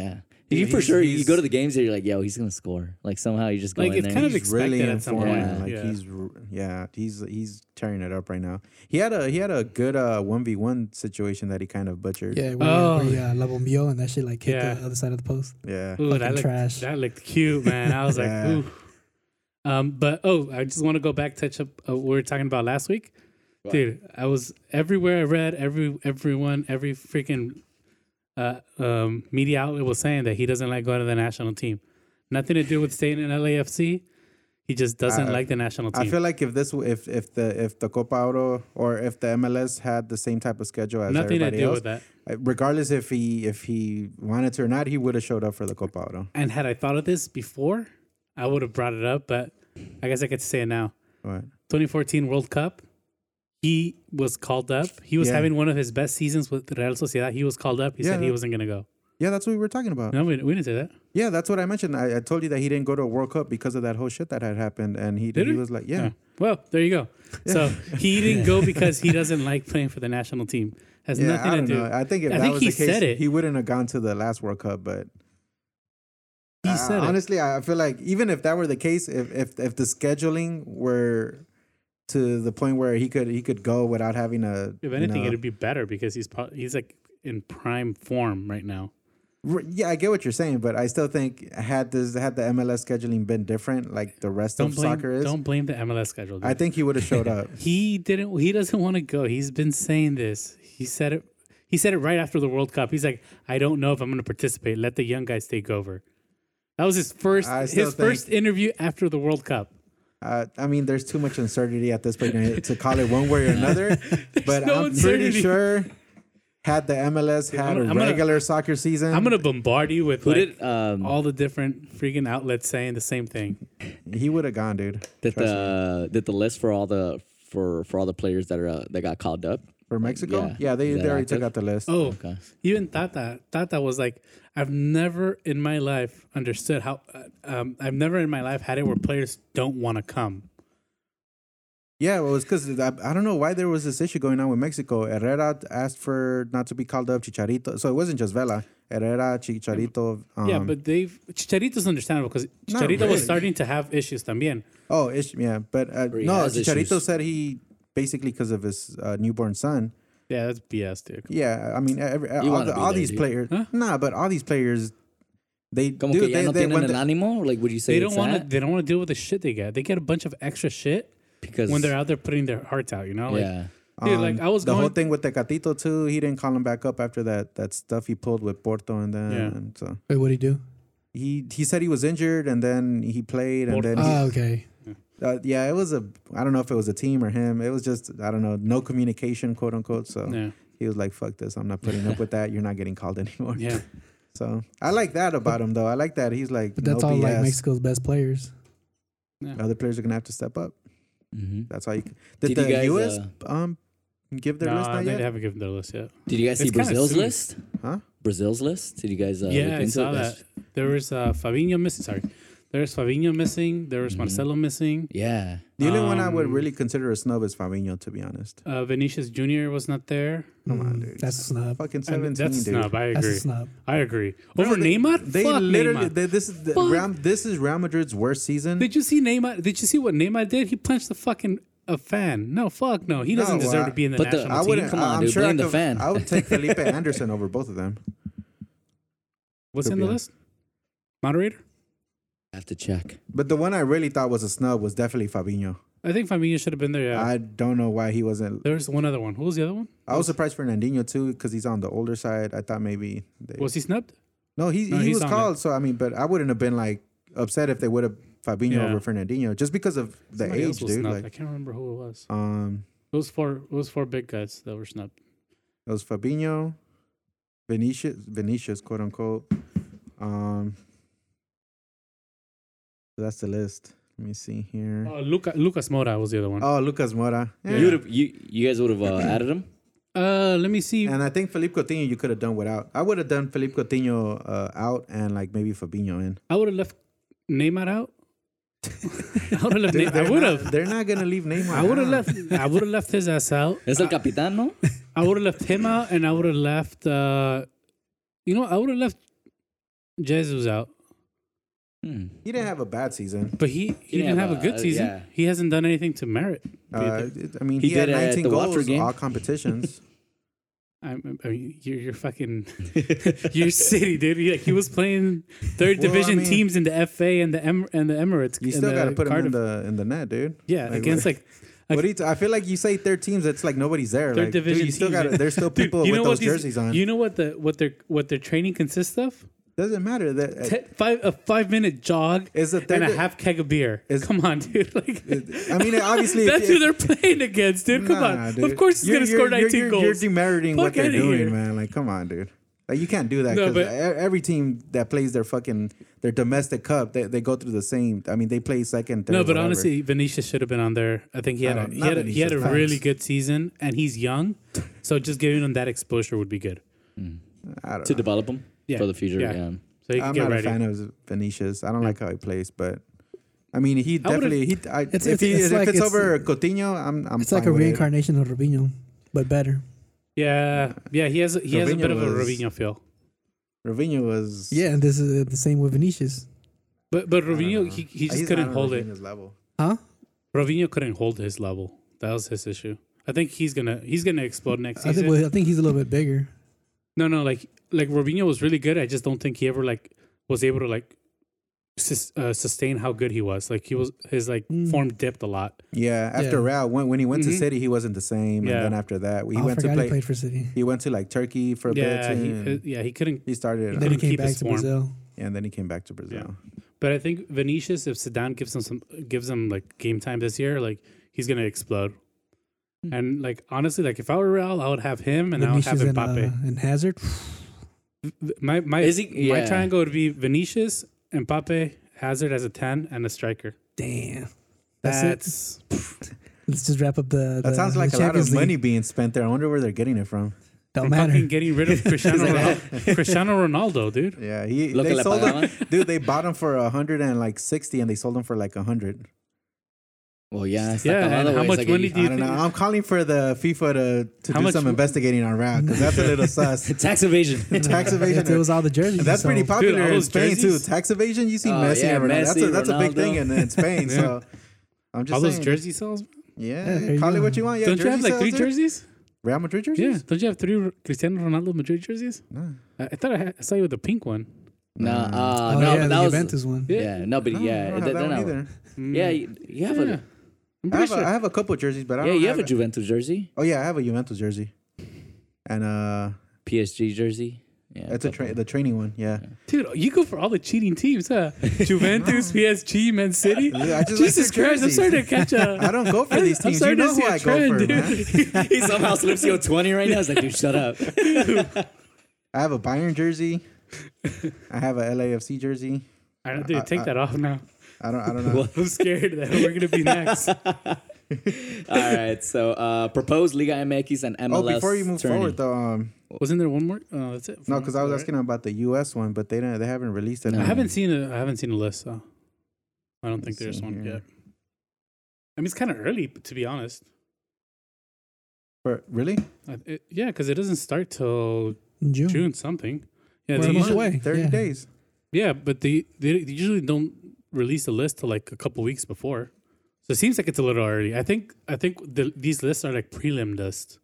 yeah He- you for he's- sure you he's- go to the games and you're like yo he's gonna score like somehow you just go Like, in it's there kind of He's really expected at some informed. point. Like Yeah. he's r- yeah, he's he's tearing it up right now. He had a he had a good uh one v one situation that he kind of butchered. Yeah, where, Oh. oh. yeah, Labombio and that shit like hit Yeah. the other side of the post. Yeah. Ooh, that looked, Fucking trash. That looked cute, man. I was Yeah. like, ooh. Um, but oh, I just want to go back touch up uh, what we were talking about last week, dude. I was everywhere. I read every everyone, every freaking uh, um, media outlet was saying that he doesn't like going to the national team. Nothing to do with staying in LAFC. He just doesn't I- like the national team. I feel like if this w- if if the if the Copa Oro or if the MLS had the same type of schedule as Nothing to everybody do else, with that. uh, regardless if he if he wanted to or not, he would have showed up for the Copa Oro. And had I thought of this before, I would have brought it up. But I guess I get to say it now. But 2014 World Cup. He was called up. He was Yeah. having one of his best seasons with Real Sociedad. He was called up. He Yeah. said he wasn't going to go. yeah, that's what we were talking about. No, we, we didn't say that. Yeah, that's what I mentioned. I, I told you that he didn't go to a World Cup because of that whole shit that had happened, and he Did he he? was like, yeah, Oh. Well, there you go. So he didn't go because he doesn't like playing for the national team. Has yeah. nothing I don't to do. know. I think if I that think was he the case, said it. he wouldn't have gone to the last World Cup. But he I- said it. honestly, I feel like even if that were the case, if if if the scheduling were to the point where he could he could go without having a If you anything, know, it'd be better because he's pro- he's like in prime form right now. R- Yeah, I get what you're saying, but I still think had this had the MLS scheduling been different, like the rest Don't of blame soccer is, don't blame the MLS schedule. dude. I think he would have showed up. He didn't. He doesn't want to go. He's been saying this. He said it. He said it right after the World Cup. He's like, I don't know if I'm going to participate. Let the young guys take over. That was his first I his still think- first interview after the World Cup. uh, I mean, there's too much uncertainty at this point uh, to- to call it one way or another. but no I'm uncertainty. pretty sure had the MLS had I'm gonna- a I'm gonna- regular soccer season, I'm going to bombard you with who like, did um all the different freaking outlets saying the same thing. he would have gone, dude. Did Trust me. the did the list for all the for for all the players that are uh, that got called up? for Mexico, yeah. yeah, they, Is they that already active? took out the list. Oh, Okay. even Tata. Tata was like, I've never in my life understood how. uh, Um, I've never in my life had it where players don't want to come. Yeah, well, it's because I, I don't know why there was this issue going on with Mexico. Herrera asked for not to be called up, Chicharito. So it wasn't just Vela. Herrera, Chicharito. Um, yeah, but they've Chicharito's understandable because Not Chicharito really. was starting to have issues también. Oh, ish, yeah, but uh, he no, has Chicharito issues. said he basically because of his uh, newborn son. Yeah, that's BS, dude. Yeah, I mean, e-, every, all, wanna the, be all there, these dude. players, Huh? nah, but all these players, they Como do. que They, ya no they, tienen when el they, ánimo? Like, would you say They it's don't want to. that? They don't want to deal with the shit they get. They get a bunch of extra shit because when they're out there putting their hearts out. You know, like, yeah, dude, like I was Um, the whole going. thing with Tecatito too. He didn't call him back up after that that stuff he pulled with Porto, and then Yeah. and so Wait, what'd he do? he he said he was injured, and then he played, and Porto. then he, Oh, okay. Ah. uh, yeah, it was a I don't know if it was a team or him. It was just I don't know, no communication, quote unquote. So Yeah, he was like, "Fuck this, I'm not putting up with that. You're not getting called anymore." yeah. So I like that about him, though. I like that he's like, But that's no all BS. like Mexico's best players. Other players are gonna have to step up. hmm That's how you. Did, Did you the guys, U.S. uh, um give their No, list I not think yet? they haven't given their list yet. Did you guys see It's kinda Brazil's soon. list? Huh? Brazil's list. Did you guys? Uh, look yeah, I into saw it? that. There was uh, Fabinho missing. Sorry, there's Fabinho missing. There was Marcelo missing. Yeah, The only one I would Um, really consider a snub is Fabinho, to be honest. Uh, Vinicius Junior was not there. Come on, dude. Mm, That's a snub. fucking Uh, I mean, seventeen, that's a dude. snub. I agree. That's a snub. I agree. Bro, Over they- Neymar, They Fuck literally. Neymar. they- this is the, Fuck. Real- this is Real Madrid's worst season. Did you see Neymar? Did you see what Neymar did? He punched the fucking a fan. No, fuck no. He doesn't No, deserve I- to be in the But the- national I team. wouldn't. Come I- on, I'm dude, sure I blame the could- fan. I would take Felipe Anderson over both of them. What's Could in be the on. list? Moderator. I have to check. But the one I really thought was a snub was definitely Fabinho. I think Fabinho should have been there. Yeah. I don't know why he wasn't. There's one other one. Who was the other one? I was surprised Fernandinho too because he's on the older side. I thought maybe they, Was he snubbed? no, he No, he he's was on called. So I mean, but I wouldn't have been like upset if they would have Fabinho Yeah. over Fernandinho just because of the Somebody age, else was dude. snubbed. I Like, can't remember who it was. um, Those four. Those four big guys that were snubbed. it was Fabinho, Vinicius, Vinicius, quote unquote. Um, that's the list. Let me see here. Oh, Luca, Lucas Mora was the other one. Oh, Lucas Mora. Yeah. You would've- you you guys would have uh, added him. Uh, let me see. And I think Felipe Coutinho you could have done without. I would have done Felipe Coutinho uh, out and like maybe Fabinho in. I would have left Neymar out. I would have left. Neymar. I They're would not- have. They're not gonna leave Neymar. I would have out. left. I would have left his ass out. It's El Capitan, no? I would have left him out, and I would have left. Uh, you know, I would have left Jesus out, Hmm. He didn't have a bad season. but he he didn't have a good uh, season. yeah. He hasn't done anything to merit. Uh, either. I mean, He he, had did at 19 the goals Watford game. all competitions. I, I mean, you're you're fucking your city, dude. He, like, he was playing third Well, I division mean- teams in the FA and the em- and the Emirates. You and still the got to put Cardiff. him in the in the net, dude. yeah Like, against what- like What do you t- I feel like you say third teams. It's like nobody's there. Third like, division Dude, you still teams, got. man. There's still Dude, people you know with what those these- jerseys on. You know what the what their what their training consists of? Doesn't matter. That uh, Te- five a five minute jog Is it and a third- half keg of beer. is- Come on, dude. Like I mean, obviously, if that's you- who they're playing against, dude. Come Nah, on. dude. Of course he's You're- gonna you're- score you're- 19 you're, goals. You're demeriting Fuck what they're outta doing, here. man. Like, come on, dude. Like, you can't do that No, because but- every team that plays their fucking their domestic cup, they, they go through the same. I mean, they play second. Third, No, but whatever. honestly, Vinicius should have been on there. I think he had a, I don't- he not had a, he had a Vinicius, thanks. really good season, and he's young, so just giving him that exposure would be good. I don't to know. develop him Yeah, for the future. yeah. Yeah. So he can I'm get not ready. a fan of Vinicius. I don't like how he plays, but I mean, he I would've- definitely he. I, It's- if it's- he, it's if like- it's, it's- over Coutinho, I'm I'm. It's like fine a with it. reincarnation of Robinho, but better. yeah, yeah. He has he has a Robinho bit of a was- Robinho feel, Robinho was. Yeah, and this uh, is the same with Vinicius. but but I don't Robinho know. he, he He's just not couldn't on hold it. Robinho's Level. Huh? Robinho couldn't hold his level. That was his issue. I think he's gonna he's gonna explode next I season. think well, I think he's a little bit bigger. No, no, like like Robinho was really good. I just don't think he ever like was able to like sus- uh, sustain how good he was. Like he was his like Mm. form dipped a lot. Yeah, after Yeah. Real, when, when he went Mhm. to City, he wasn't the same. Yeah. Oh, And then after that, he I went forgot to he play. played for City. He went to like Turkey for a yeah, bit. he, and- uh, yeah, he couldn't. He started, Then he couldn't came keep back his to form. Brazil. and then he came back to Brazil. But I think Vinicius, if Sedan gives him some gives him like game time this year, like he's gonna explode. And like honestly, like if I were Real, I would have him and Hmm. Vinicius I would and, have Mbappe. uh, and Hazard. V- my my Is he- my yeah. triangle would be Vinicius, Mbappe, Hazard as a ten, and a striker. Damn. That's, That's, it. Let's just wrap up the. the That sounds like the a lot Champions of League. money being spent there. I wonder where they're getting it from. Don't I'm matter. fucking getting rid of Cristiano Ronaldo, Cristiano Ronaldo, dude. Yeah, he Lo que they le sold him, pagaban. dude. They bought him for a hundred and like sixty, and they sold him for like a hundred. Well, yeah. it's Yeah, like a lot and of how ways, much like, money you- do I you don't think- know. I'm calling for the FIFA to, to How do much some w- investigating on Rao because that's a little sus. tax evasion? Tax If it evasion. uh, was all the jerseys. That's so- pretty popular all in those Spain jerseys? too. Tax evasion. You see Oh, Messi yeah, and Ronaldo. that's a, Messi, that's a big thing Ronaldo. in, in Spain. So I'm just All saying. those jersey sales. Yeah, there you call it go. what you want. Yeah, don't you have jersey like sales, three dude. jerseys? Real Madrid jerseys? Yeah. Don't you have three R- Cristiano Ronaldo Madrid jerseys? No. I, I thought I, had, I saw you with the pink one. no, uh, no, Oh, yeah, but the that was Juventus one. Yeah. yeah. No, but No, Oh, Oh, I yeah, don't have they're that one not- either. Mm. Yeah, you, you have Yeah. a I'm I pretty have, sure. a, I have a couple jerseys, but I yeah, don't you have a it- Juventus jersey, Oh yeah, I have a Juventus jersey, and uh, PSG jersey. Yeah, that's a couple. tra- the training one. Yeah, Dude, you go for all the cheating teams, huh? Juventus, PSG, Man City. Yeah, I just like Jesus their Christ, I'm jerseys. starting to catch a. I don't go for these I'm teams. You starting to know see who a I go trend, for, dude. man. he somehow slips you a twenty right now. It's like, dude, shut up. I have a Bayern jersey. I have a LAFC jersey. I don't, dude, I- take I- that off now. I don't. I don't know. I'm scared that we're gonna be next. All right. So uh, proposed Liga MX and MLS. Oh, before you move tourney. forward, though, um, Wasn't there one more? Uh, that's it. no, because I was Alright. asking about the U.S. one, but they didn't. They haven't released it. No. I haven't seen a, I haven't seen a list, so I don't think Let's there's see one here. yet. I mean, it's kind of early to be honest. For- really? I, it, yeah, because it doesn't start till in June. June something. Yeah, Well, they a month usually, away. Thirty yeah. days. yeah, but they, they they usually don't release a list till like a couple weeks before. So it seems like it's a little early. I think I think the, these lists are like prelim list.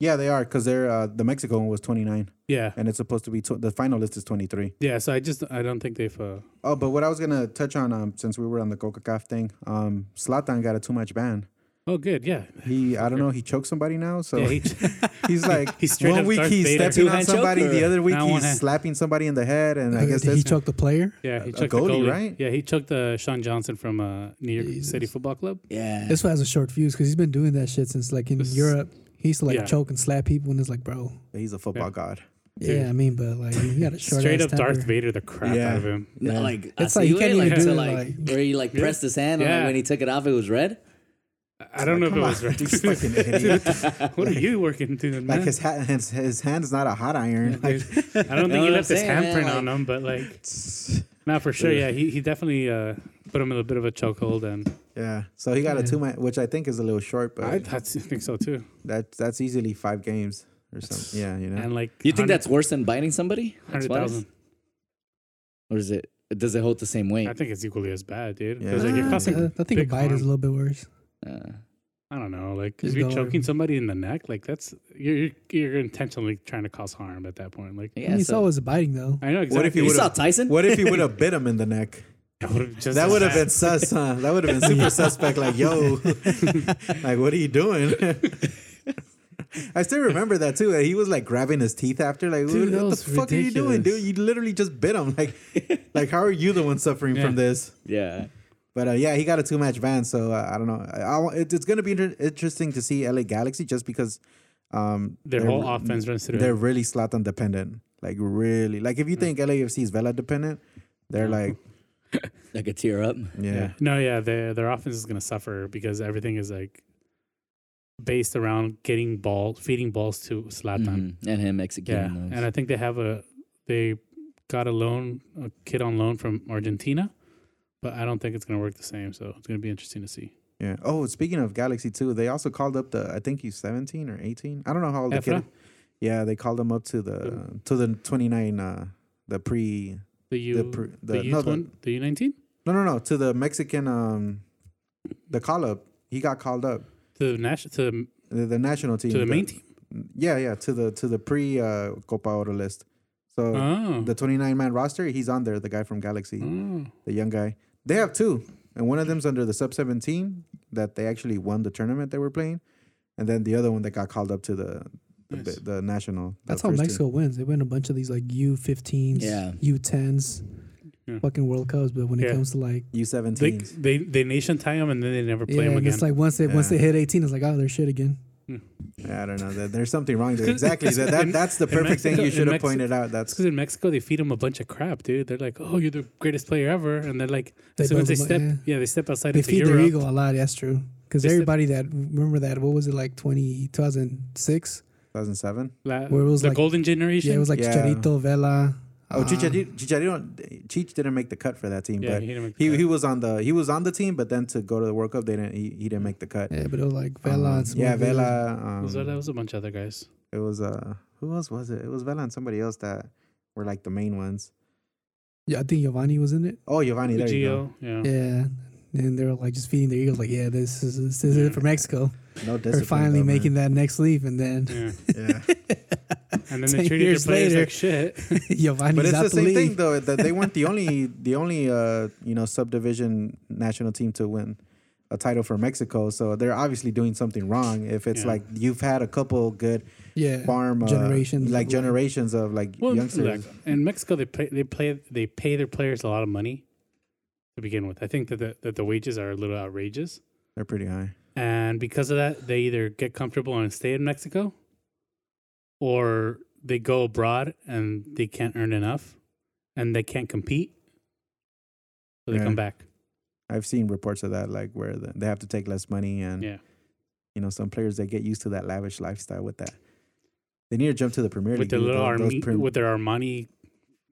Yeah, they are because they're uh, the Mexico one was twenty nine, Yeah, and it's supposed to be tw- the final list is twenty three. yeah. So I just I don't think they've. Uh, Oh, but what I was gonna touch on, um, since we were on the Coca-Cola thing, um, Slatan got a too much ban. oh, good. Yeah, He, I don't know, he choked somebody now, so yeah. He, he's like, He's straight one up week Darth he's Vader. stepping on Two-hand somebody, choker. the other week Now one he's hand. slapping somebody in the head, and I Uh, guess did he that's choked the player. yeah, he a chucked goalie, the goalie, right? Yeah, he chucked the Sean Johnson from uh, New York City Football Club. Yeah. This one has a short fuse because he's been doing that shit since like in This- Europe. He used to like Yeah. choke and slap people, and it's like, bro, he's a football god. Dude. yeah, I mean, but like you got a short Straight ass up Darth temper. Vader the crap Yeah. out of him. No, like It's I see like you can't it, even do to it, like, like- where he like pressed his hand and Yeah. like, when he took it off, it was red. I don't know if it was You right. fucking idiot. What are you working doing, man? like his hat, his, his hand's not a hot iron. Like, Dude, I don't know think he what left I'm his saying, man, handprint like- on him, but like, not for sure. Yeah, he, he definitely uh, put him in a bit of a chokehold, and yeah, so he got a two man, which I think is a little short, but I, I think so too. that that's easily five games or something. Yeah, you know. And like, You think that's worse than biting somebody? That's hundred what it is? thousand? Or is it? Does it hold the same weight? I think it's equally as bad, dude. Yeah. 'Cause, like, it Ah, costs, like, Uh, I think a big bite harm. is a little bit worse. Uh, I don't know. Like, Just if you're go choking over. somebody in the neck, like that's you're you're, you're intentionally trying to cause harm at that point. Like, yeah. I mean, it's so- always biting though. I know exactly. What if he you would've- saw Tyson? What if he would have bit him in the neck? would've just That as would have bad. been sus, huh? That would have been super suspect. Like, yo, like, what are you doing? I still remember that too. He was like grabbing his teeth after, like, Dude, that what the was fuck are you doing, dude? ridiculous. You literally just bit him. Like, like, how are you the one suffering from Yeah. this? Yeah. But uh, yeah, he got a two match ban, so uh, I don't know. I, I, wa- it, it's gonna be inter- interesting to see LA Galaxy just because um, Their they're whole re- offense runs through They're it. really Slatan dependent, like really. Like Hmm. if you think LAFC is Vela dependent, they're like, Like a tear up. yeah. No, Hmm. yeah, their their offense is gonna suffer because everything is like based around getting ball, feeding balls to Slatan. Mhm. Mm-hmm. And him Yeah, executing those. and I think they have a they got a loan a kid on loan from Argentina, but I don't think it's gonna work the same. So it's gonna be interesting to see. Yeah. Oh, speaking of Galaxy 2, they also called up the I think he's 17 or 18. I don't know how old the kid. Efra? is. Yeah, they called him up to the to the 29 uh the pre The U the, pr- the- U no, the- twen- the U nineteen No, no, no, to the Mexican um the call up. He got called up to the national to, the, the national team. to the main team. Yeah, yeah, to the to the pre uh Copa Oro list. So Oh. the 29 man roster, he's on there, the guy from Galaxy, Oh. the young guy. They have two, and one of them's under the sub 17 that they actually won the tournament they were playing, and then the other one that got called up to the the, Nice. the national. the That's how first team. Mexico wins. They win a bunch of these like U15s, Yeah. U10s, Yeah. fucking World Cups. But when it Yeah. comes to like, They, U17s. they they nation tie them and then they never play yeah, them and again. it's like once they once Yeah. they hit 18, it's like oh, they're shit again. I don't know. There- There's something wrong there. Exactly. That, that that's the in perfect thing Mexico- you in should have Mexico- pointed out. It's That's because in Mexico they feed them a bunch of crap, dude. They're like, "Oh, you're the greatest player ever," and they're like, They as soon as they build step, them up, yeah. they step outside They into feed Europe. their ego a lot. That's true. Because They said- everybody that remember that what was it like 20, 2006? 2007. La- where it was the like- golden generation. Yeah, it was like Yeah. Chicharito, Vela. Oh, uh, Chicharito, Chicharito, Cheech didn't make the cut for that team, Yeah, but he didn't make the he, cut. he was on the he was on the team, but then to go to the World Cup, they didn't. He, he didn't make the cut. Yeah, but it was like Vela. Um, and some yeah, other dudes. Vela. It Um, was, that was a bunch of other guys. It was uh who else was it? It was Vela and somebody else that were like the main ones. Yeah, I think Giovanni was in it. Oh, Giovanni, there you go. Gio, yeah. Yeah. And they were like just feeding their egos, like, yeah, this is this is it for Mexico. No They're discipline. finally though, man. making that next leap, and then yeah. Yeah. And then Ten they treated their years players later. like shit. Giovanni's but it's out the the, same thing league. though that they weren't the only the only uh you know subdivision national team to win a title for Mexico. So they're obviously doing something wrong. If it's Yeah. like you've had a couple good Yeah, farm uh, Generations like of- generations of like Well, look, youngsters. in Mexico they pay, they play they pay their players a lot of money to begin with. I think that the, that the wages are a little outrageous, They're pretty high. and because of that, they either get comfortable and stay in Mexico, or they go abroad and they can't earn enough, and they can't compete, so they Yeah. come back. I've seen reports of that, like where the, they have to take less money, and Yeah. you know some players they get used to that lavish lifestyle with that. They need to jump to the Premier With League their dude. little Those- those Armani, prim- with their Armani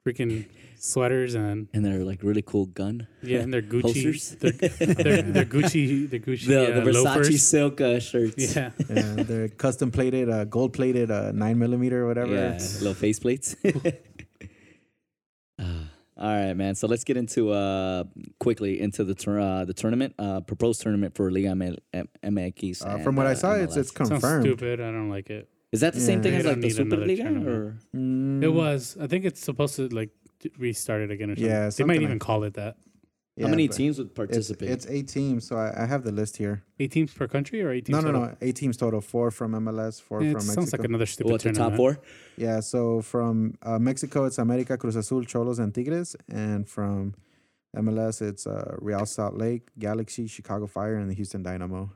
freaking sweaters and and they're like really cool gun. yeah, and their Holsters? Gucci, their, their, their Gucci, their Gucci The, the uh, Versace loafers. silk uh, shirts. Yeah, yeah, their custom plated, uh, gold plated, uh, nine millimeter or whatever. Yeah, little face plates. Ah, all right, man. So let's get into uh quickly into the tour uh, the tournament, uh proposed tournament for Liga ML- M- MX. Uh, and, from what I uh, saw, it's MLS. it's sounds confirmed. stupid. I don't like it. is that the same yeah. thing They as don't like the need another Superliga? tournament. Or Mm, It was. I think it's supposed to like t- restart it again or something. Yeah, they might something even like- call it that. yeah, how many but teams would It's, participate? it's eight teams, so I, I have the list here. Eight teams per country or eight teams? No, no, total? no, eight teams total. Four from MLS, four Yeah, from it sounds Mexico. like another stupid What's the tournament. top four? Yeah, so from uh, Mexico, it's America, Cruz Azul, Cholos, and Tigres. And from MLS, it's uh, Real Salt Lake, Galaxy, Chicago Fire, and the Houston Dynamo.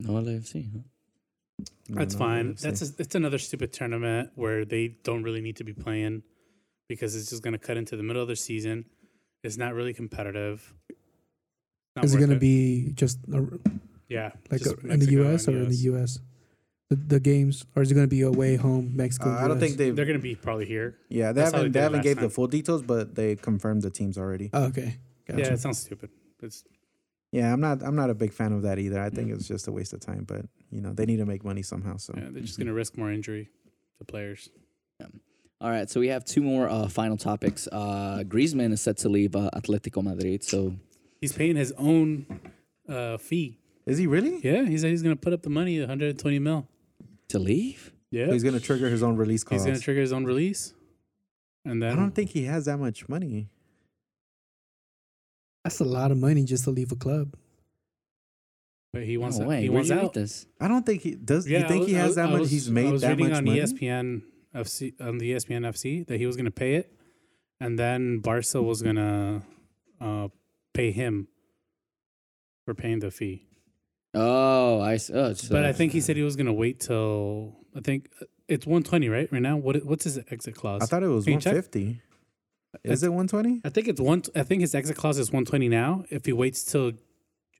No LAFC. Huh? No, That's no, fine. let's see. That's a, that's another stupid tournament where they don't really need to be playing because it's just going to cut into the middle of the season. It's not really competitive. Not Is it worth gonna be just a, yeah like just a, in the Mexico U.S. or and in the U.S. The, the games, or is it going to be away home Mexico? Uh, I don't US? think they've. They're going to be probably here. yeah, they that's how they did haven't. They it haven't last gave the time. full details, but they confirmed the teams already. Oh, okay. Yeah, Gotcha. it sounds stupid. It's Yeah, I'm not. I'm not a big fan of that either. I think Mm. it's just a waste of time. But you know, they need to make money somehow. Oh. So yeah, they're just going to risk more injury to players. All right, so we have two more uh, final topics. Uh, Griezmann is set to leave uh, Atletico Madrid, so He's paying his own uh, fee. is he really? Yeah, he said he's going to put up the money, 120 mil. to leave. Yeah, He's gonna trigger his own release he's calls. going to trigger his own release, and then I don't think he has that much money. That's a lot of money just to leave a club. but he wants no to- way. he Where'd wants you read out. this? I don't think he does. I you think was- he I has was- that I much? was- He's I made was that reading much on E money. ESPN FC on the E ESPN FC that he was going to pay it, and then Barca was going to uh, pay him for paying the fee. Oh, I. s- Oh, so- but I think he said he was going to wait till I think uh, it's one twenty right right now. What what's his exit clause? I thought it was Can you check? 150. Is it 120? I think it's one. I think his exit clause is one twenty now. If he waits till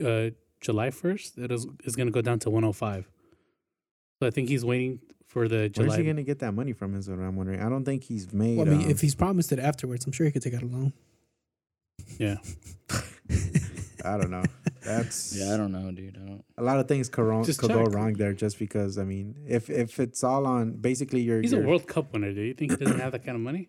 uh, July first, it is is going to go down to one hundred five. So I think he's waiting for the Where's July. he gonna get that money from? Is what I'm wondering. I don't think he's made. Well, I mean, um, if he's promised it afterwards, I'm sure he could take out a loan. yeah, I don't know. That's Yeah, I don't know, dude. I don't. a lot of things could, wrong, Just could go check. wrong there. Just because I mean, if if it's all on basically your he's a your, World Cup winner. Do you think he doesn't have that kind of money?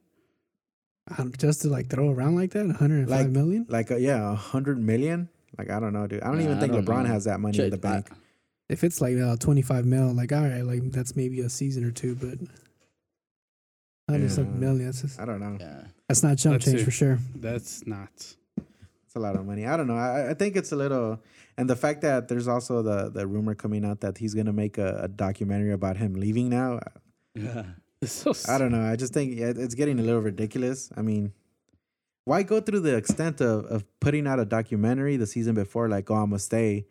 Um, just to like throw around like that, 105 Like- million. like uh, yeah, a hundred million. Like I don't know, dude. I don't Nah, even I think don't LeBron know. has that money in Shit, the I- bank. If it's like uh, 25 mil, like all right, like that's maybe a season or two, but 100 something Yeah. million. That's just, I, don't know. yeah. that's not jump Let's change see. for sure. That's not. It's a lot of money. I don't know. I, I think it's a little, and the fact that there's also the the rumor coming out that he's gonna make a, a documentary about him leaving now. So I don't know. I just think it- it's getting a little ridiculous. I mean, why go through the extent of, of putting out a documentary the season before, like, oh, I'm going to stay?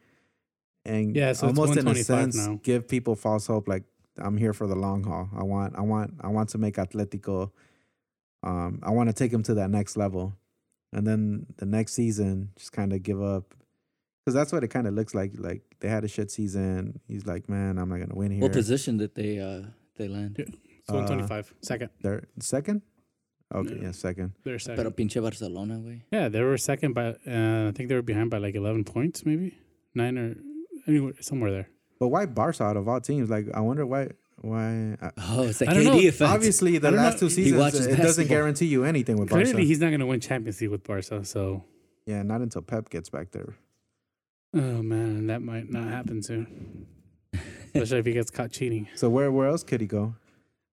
And Yeah, so it's almost in a 125 sense, now. give people false hope, like, I'm here for the long haul. I want, I want, I want to make Atletico. Um, I want to take him to that next level. And then the next season, just kind of give up. Because that's what it kind of looks like. Like, they had a shit season. He's like, man, I'm not going to win here. What position did they uh they land? Yeah. uh, one twenty five. Second, They're second? Okay, Yeah. yeah second. Pero they're second. pinche Barcelona, way. Yeah, they were second, by uh, I think they were behind by like eleven points, maybe nine or anywhere somewhere there. But why Barca out of all teams? Like, I wonder why. Why? Uh, Oh, it's a I don't know. KD effect. obviously, the I don't last know. two He seasons, it watches doesn't basketball. guarantee you anything with Barca. Clearly, he's not going to win Champions League with Barca. So, yeah, not until Pep gets back there. oh man, that might not happen soon. Especially if he gets caught cheating. So where where else could he go?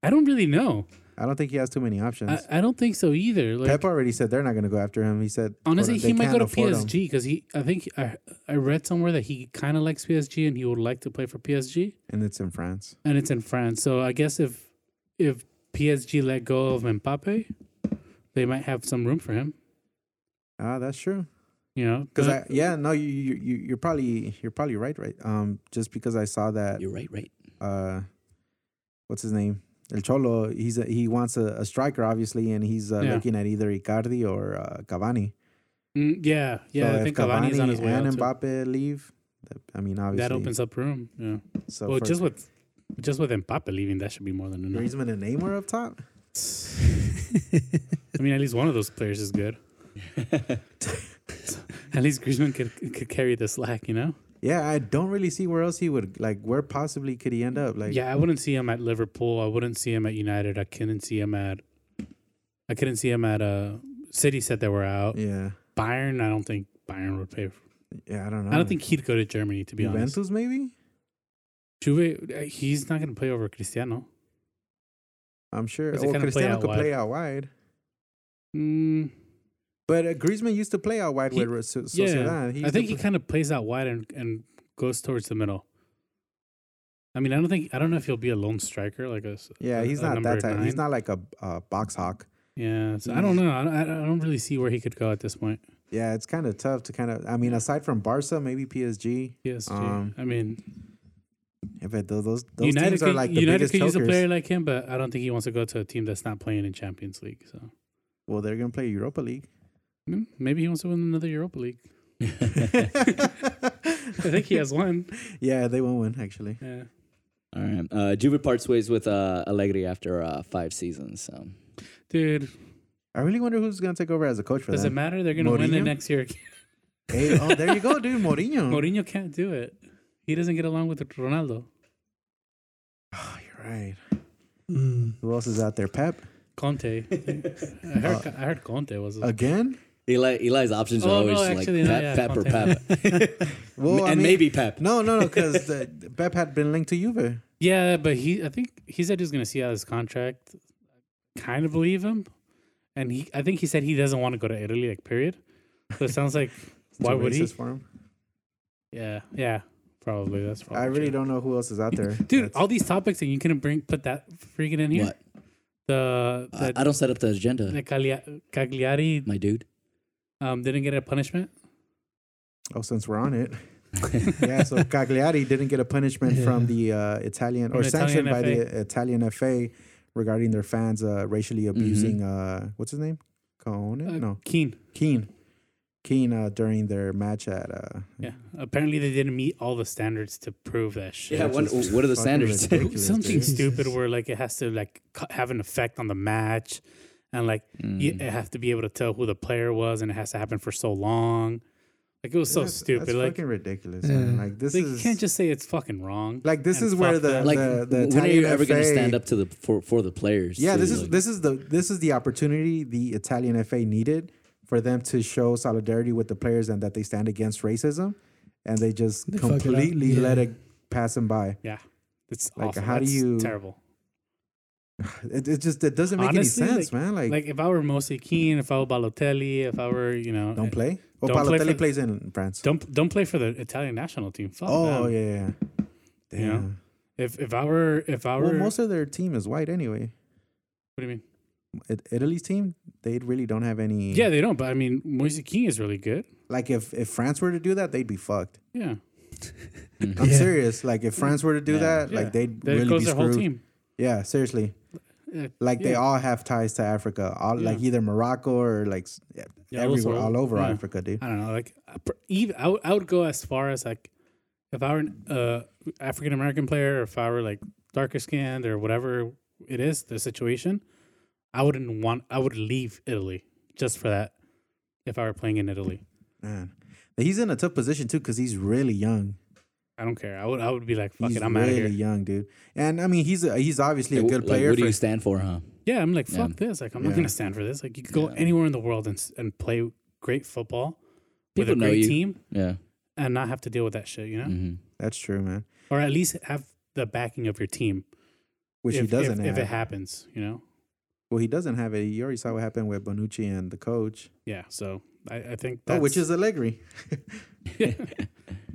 I don't really know. I don't think he has too many options. I, I don't think so either. Like Pep already said they're not going to go after him. He said honestly, they he might can't go to afford him. PSG because he. I think I I read somewhere that he kind of likes PSG and he would like to play for PSG. and it's in France. and it's in France. So I guess if if PSG let go of Mbappe, they might have some room for him. Ah, that's true. You know, Because But- I yeah no you you you- you're probably you're probably right right um just because I saw that You're right, right. uh, what's his name? El Cholo. He's a, he wants a, a striker, obviously, and he's uh, Yeah. looking at either Icardi or uh, Cavani. Mm, yeah, yeah. I if think Cavani's on his way out. and too. Mbappe leave. that- I mean, obviously That opens up room. Yeah. So well, for just with just with Mbappe leaving, that should be more than enough. Griezmann and Neymar up top. I mean, at least one of those players is good. at least Griezmann could could carry the slack, you know. Yeah, I don't really see where else he would like. Where possibly could he end up? Like, yeah, I wouldn't see him at Liverpool. I wouldn't see him at United. I couldn't see him at. I couldn't see him at uh City said they were out. yeah, Bayern, I don't think Bayern would pay. For, yeah. I don't know. I don't think he'd go to Germany to be Juventus maybe. honest. Juve, uh, he's not going to play over Cristiano. I'm sure. Does he Well, kinda play Cristiano out could wide? play out wide, Mm, but uh, Griezmann used to play out wide He- with with Soc- yeah, Sociedad. I used think to he kind of plays out wide and, and goes towards the middle. I mean, I don't think I don't know if he'll be a lone striker like us. Yeah, a- he's a not number that type. He's nine. not Mm. like a, a box hawk. Yeah, so I don't know. I don't, I don't really see where he could go at this point. Yeah, it's kind of tough to kind of. I mean, aside from Barca, maybe PSG. PSG. Um, I mean, Yeah, but tho- those those teams are could- like the United biggest could chokers. use a player like him, but I don't think he wants to go to a team that's not playing in Champions League. So well, they're gonna play Europa League. Mm, maybe he wants to win another Europa League. I think he has one. Yeah, they won't win actually. Yeah. All right. Uh, Juve parts ways with uh, Allegri after uh, five seasons. So Dude, I really wonder who's gonna take over as a coach for does it them. matter? They're gonna win it Mourinho? next year. Hey, oh, there you go, dude, Mourinho. Mourinho can't do it. He doesn't get along with Ronaldo. Oh, you're right. Mm. Who else is out there? Pep Conte. I heard. Uh, I heard Conte was. a again? Eli, Eli's options are Oh, no, always actually, like no, Pep, yeah, Pep or Pep, Conte. Well, I and mean- maybe Pep. No, no, no, because Pep had been linked to Juve. yeah, but he. I think he said he was gonna see out his contract. Kind of believe him, and he. I think he said he doesn't want to go to Italy. Like period. So it sounds like It's why too would he? racist For him. Yeah, yeah, probably. That's probably. I really true. don't know who else is out there. Oh, Dude, That's- all these topics and you couldn't bring put that freaking in here. What? The I- that I don't set up the agenda, the Uh, Caglia- Cagliari my dude. um didn't get a punishment. Oh, since we're on it. yeah, so Cagliari didn't get a punishment from the uh, Italian From or the sanctioned Italian by the Italian FA regarding their fans uh, racially abusing uh, what's his name? Cone? Mm-hmm. Uh, no, Keen. Keane. Keane uh, during their match at uh, Yeah. Apparently they didn't meet all the standards to prove that shit. Yeah, which what- is what are the fucking standards? ridiculous, Something dude. stupid where like it has to like co- have an effect on the match, and like you Mm. it have to be able to tell who the player was, and it has to happen for so long. Like it was so That's- stupid. That's like fucking ridiculous. man. Yeah. Like this like, you is can't just say it's fucking wrong. like this and is where fuck the them. Like, the, the when are you Italian ever going to FA stand up to the for for the players? Yeah, too? this is Like, this is the this is the opportunity the Italian FA needed for them to show solidarity with the players and that they stand against racism, and they just They fuck it up. completely let Yeah. it pass them by. yeah, it's Like, awful. how do That's you- terrible? It, it just it doesn't make Honestly, any sense, like- man. Like, Like if I were Mosey Keane, if I were Balotelli, if I were you know don't play. Well, don't play Balotelli for- plays in France. don't don't play for the Italian national team. Fuck oh them. yeah, yeah, yeah. You know? Damn. If if I were if I were Well, most of their team is white anyway. what do you mean? It, Italy's team, they really don't have any. Yeah, they don't. But I mean, Moise Keane is really good. Like if if France were to do that, they'd be fucked. Yeah, I'm Yeah. serious. Like if France were to do that, Yeah. like they'd there really goes be their screwed. whole team. Yeah, seriously. Uh, Like they yeah. all have ties to Africa, all like Yeah. either Morocco or like s- Yeah, all everywhere, over- all over yeah. Africa, dude. I don't know. Like I pr- even I would, I would go as far as like if I were an uh, African American player, or if I were like darker skinned or whatever it is, the situation, I wouldn't want. I would leave Italy just for that. If I were playing in Italy, Man, he's in a tough position too because he's really young. I don't care. I would. I would be like, fuck he's it, I'm really out of here. young, dude. And I mean, he's a, he's obviously a like, good like, player. what do for- you stand for, huh? Yeah, I'm like, Yeah. fuck this. Like, I'm Yeah. not gonna stand for this. Like, you could go Yeah. anywhere in the world and s- and play great football with People a know great you. team Yeah. and not have to deal with that shit, you know, hmm That's true, man. or at least have the backing of your team. Which if, he if- doesn't if, have. it happens, you know. well, he doesn't have it. You already saw what happened with Bonucci and the coach, Yeah, so I, I think oh, that's which is Allegri.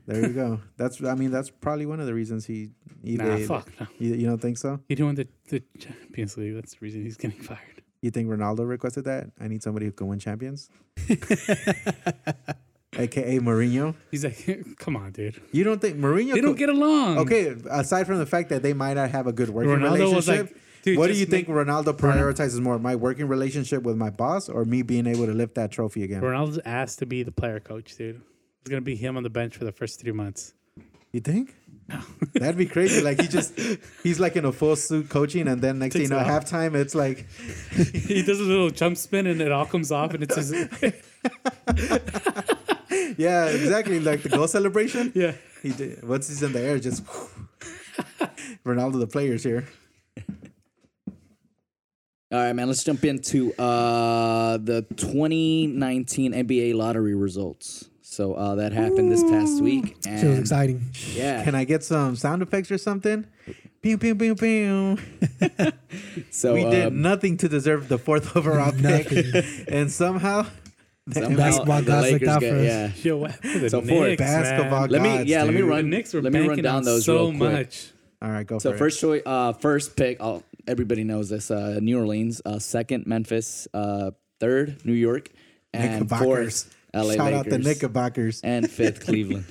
There you go. That's I mean that's probably one of the reasons he nah, either fuck no. You, you don't think so? He doing the the Champions League. That's the reason he's getting fired. You think Ronaldo requested that? I need somebody who can win champions, aka Mourinho. He's like, come on, dude. You don't think Mourinho? They don't could- get along. okay. Aside from the fact that they might not have a good working Ronaldo was relationship, like, Dude, what do just you think make- Ronaldo prioritizes more, my working relationship with my boss or me being able to lift that trophy again? Ronaldo's asked to be the player coach, dude. It's gonna be him on the bench for the first three months. You think? That'd be crazy. Like he just he's like in a full suit coaching, and then next thing you know, Takes it off. halftime, it's like he does a little jump spin and it all comes off, and it's his. yeah, exactly like the goal celebration. yeah. He did. Once he's in the air, just Ronaldo the players here. All right, man. Let's jump into uh, the 2019 NBA lottery results. So uh, that happened this past week. And Shit was exciting. Yeah. Can I get some sound effects or something? Pew pew pew pew. so we did um, nothing to deserve the fourth overall pick, and somehow somehow Basketball the gods like Lakers that get- for us. yeah. Yo, what happened to the So for Knicks, basketball man? Let me Gods, yeah. Let me dude. The run. Knicks were let me run banking down on those so real quick. much. All right, go So for first choice, uh, first pick. Oh, everybody knows this. Uh, New Orleans. Uh, second, Memphis. Uh, third, New York. it. And Knickerbockers. fourth, LA Shout out the Lakers. Knickerbockers, And fifth, Cleveland.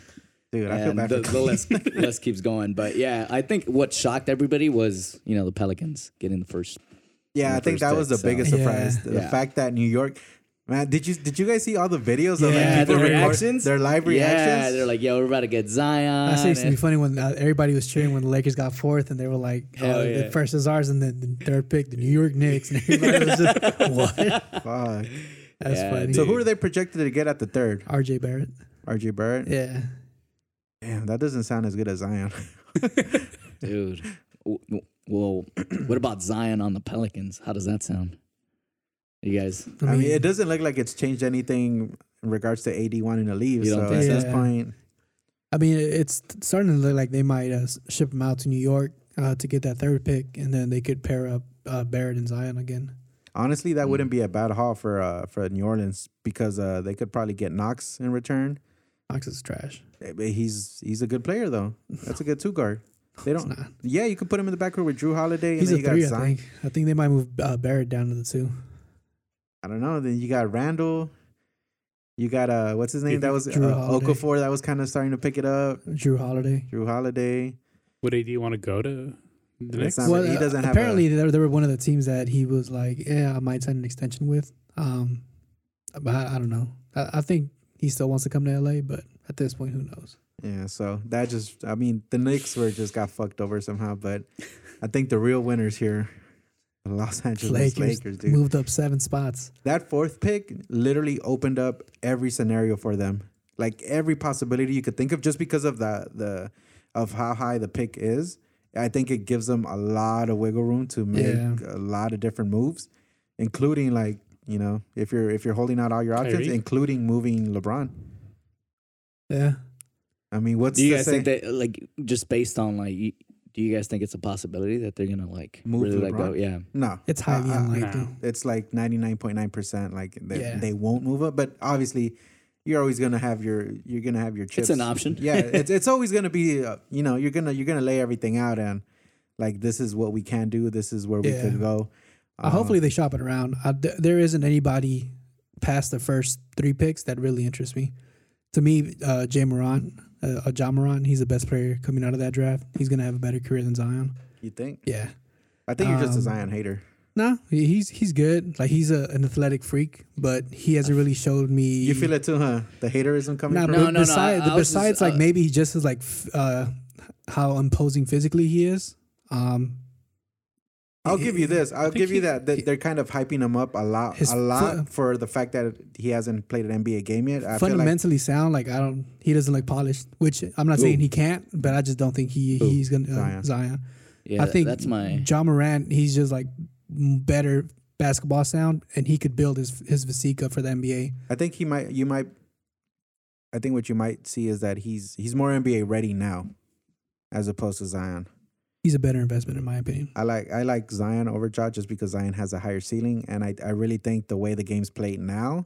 dude. I feel and bad the, for the list, list keeps going. But yeah, I think what shocked everybody was you know the Pelicans getting the first. Yeah, the I think first that pick, was the so- biggest Yeah. surprise. The Yeah. fact that New York, man, did you did you guys see all the videos of Yeah, like people their record- reactions? their live Yeah, reactions? they're like, yo, we're about to get Zion. That used to be and- funny when uh, everybody was cheering when the Lakers got fourth, and they were like, oh, Hell yeah. the first is ours, and then the third pick, the New York Knicks. And everybody was just, what? Fuck. That's Yeah, funny. So who are they projected to get at the third? RJ Barrett. RJ Barrett. Yeah. Damn, that doesn't sound as good as Zion. dude. w- w- Well, what about Zion on the Pelicans? How does that sound? You guys, I mean, it doesn't look like it's changed anything in regards to AD wanting to leave. You So don't at think so? this Yeah. point, I mean, it's starting to look like they might uh, s- ship him out to New York uh, to get that third pick, and then they could pair up uh, Barrett and Zion again. honestly, Hmm. that wouldn't be a bad haul for uh, for New Orleans because uh, they could probably get Knox in return. Knox is trash. Eh, but He's he's a good player though. That's a good two guard. They don't. not. Yeah, you could put him in the backcourt with Drew Holiday, and He's then a you three, got I Zion. think. I think they might move uh, Barrett down to the two. I don't know. Then you got Randall. You got uh, what's his name? That was uh, Drew Holiday. Okafor. That was kind of starting to pick it up. Drew Holiday. Drew Holiday. Would AD want to go to the Knicks? It's not- I mean, he uh, doesn't have a- apparently, they, they were one of the teams that he was like, "Yeah, I might sign an extension with." Um, but I, I don't know. I, I think he still wants to come to LA, but at this point, who knows? Yeah. So that just, I mean, the Knicks were just got fucked over somehow. But I think the real winners here, the Los Angeles Lakers, Lakers, dude. moved up seven spots. That fourth pick literally opened up every scenario for them. Like every possibility you could think of, just because of the the of how high the pick is. I think it gives them a lot of wiggle room to make Yeah. a lot of different moves, including like you know if you're if you're holding out all your options, Kyrie? including moving LeBron. Yeah, I mean, what's do you to guys say- think that like just based on like, you, do you guys think it's a possibility that they're gonna like Move really let LeBron? go? Yeah, no? it's highly Uh, uh, unlikely. no. It's like ninety nine point nine percent. Like they, Yeah. they won't move up, but obviously. You're always gonna have your you're gonna have your it's chips. an option. yeah, it's it's always gonna be uh, you know you're gonna you're gonna lay everything out and like this is what we can do. This is where we Yeah. could go. Uh, Um, hopefully, they shop it around. I, th- there isn't anybody past the first three picks that really interests me. To me, uh, Jay Moran, uh, uh, John Moran, he's the best player coming out of that draft. He's gonna have a better career than Zion. Um, You think? Yeah, I think you're just a Um, Zion hater. No, he- he's he's good. Like he's a, an athletic freak, but he hasn't really showed me. You feel it too, huh? The haterism coming Nah, from. but No, no, no, besides, I- I was just, besides like uh, maybe he just is like f- uh, how imposing physically he is. Um, I'll give you this. I'll think give you he- that. that They're kind of hyping him up a lot, His a lot foot- for the fact that he hasn't played an NBA game yet. I feel like fundamentally sound like I don't. He doesn't look polished, which I'm not saying he can't, but I just don't think he he's gonna uh, Zion. Zion. yeah. I think that's my John Morant. He's just like m- better basketball sound, and he could build his his physique up for the NBA. I think he might. You might. I think what you might see is that he's he's more NBA ready now, as opposed to Zion. He's a better investment in my opinion. I like I like Zion over Ja just because Zion has a higher ceiling, and I, I really think the way the game's played now,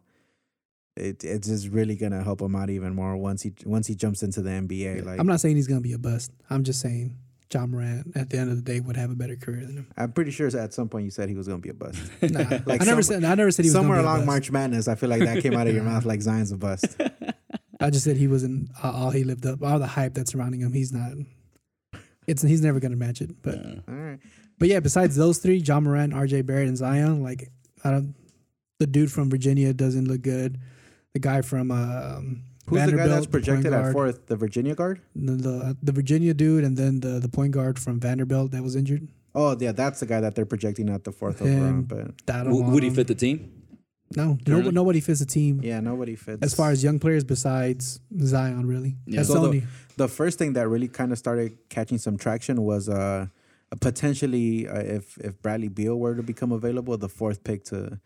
it it's just really gonna help him out even more once he once he jumps into the NBA. Like I'm not saying he's gonna be a bust. I'm just saying John Morant at the end of the day would have a better career than him. I'm pretty sure at some point you said he was gonna be a bust. Nah, Like I never some- said. I never said he was Somewhere somewhere along a March bust. Madness, I feel like that came out of your mouth like Zion's a bust. I just said he wasn't uh, all he lived up. All the hype that's surrounding him, he's not. It's he's never gonna match it. But All right. But yeah, besides those three, John Moran, RJ Barrett, and Zion, like I don't the dude from Virginia doesn't look good. The guy from um Who's the guy Vanderbilt, that's point projected at guard, fourth? The Virginia guard? The, the the Virginia dude and then the the point guard from Vanderbilt that was injured. Oh yeah, that's the guy that they're projecting at the fourth Him. overall. But That I don't W- want would he him. fit the team? No, no Really? nobody fits the team yeah, nobody fits. as far as young players besides Zion really. Yeah. That's So only the first thing that really kind of started catching some traction was uh potentially uh, if if Bradley Beal were to become available, the fourth pick to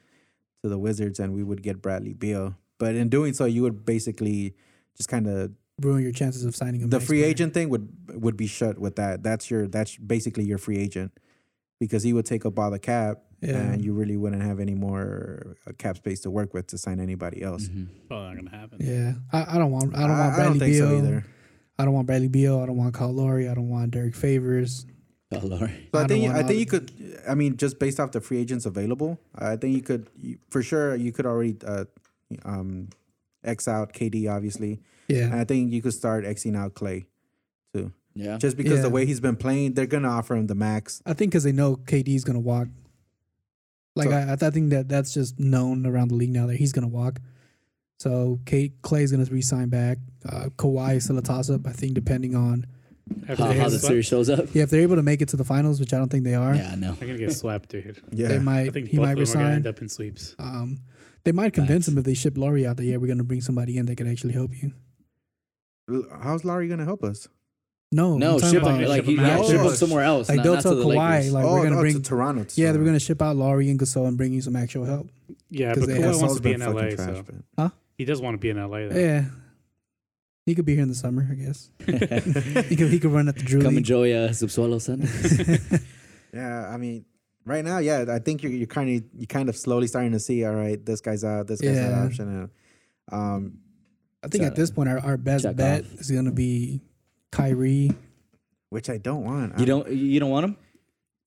to the Wizards, and we would get Bradley Beal. But in doing so, you would basically just kind of ruin your chances of signing him. the free agent thing would would be shut with that. That's your that's basically your free agent because he would take up all the cap, Yeah. and you really wouldn't have any more uh, cap space to work with to sign anybody else. Probably not gonna happen. Yeah, I, I don't want Mm-hmm. I don't want I Bradley don't think Beal. so either. I don't want Bradley Beal. I don't want Kyle Lowry. I don't want Derek Favors. Oh, Lord. So I, I don't think want I think all- you could. I mean, just based off the free agents available, I think you could you, for sure. You could already uh, um, X out KD obviously, and Yeah, I think you could start Xing out Clay too. Yeah. Just because Yeah. the way he's been playing, they're gonna offer him the max. I think because they know KD's gonna walk. Like So- I, I think that that's just known around the league now that he's gonna walk. So Kate Clay's gonna re-sign back. Uh, Kawhi is still a toss-up. I think depending on After how, they how get the swept- series shows up? yeah if they're able to make it to the finals, which I don't think they are. Yeah, I know. They're gonna get swept, dude. Yeah, They I might think he both might of them are gonna resign. end up in sweeps. Um, they might convince Facts. him if they ship Laurie out there. Yeah, we're gonna bring somebody in that can actually help you. L- how's Lowry gonna help us? No, No, I'm talking ship about- him. Like, Ship him you got out. ship Oh, him somewhere else. like not, they'll not tell to the Kawai, Lakers. like oh, we're gonna no, bring to Toronto. to yeah they're Toronto. gonna ship out Laurie and Gasol and bring you some actual help. Yeah, 'Cause but Kawhi they have- wants Gasol's to be in been LA, fucking so trash, man. he does want to be in LA. Though. Yeah, he could be here in the summer, I guess. he could he could run at the Drew Come League. enjoy uh, Subsuelo Sunday. Yeah, I mean, right now, yeah, I think you're you're kind of you kind of slowly starting to see. All right, this guy's out. This guy's not Yeah. an option. And, um, I think at Shout this point our, our best Check bet is gonna be Kyrie, which I don't want. you don't you don't want him?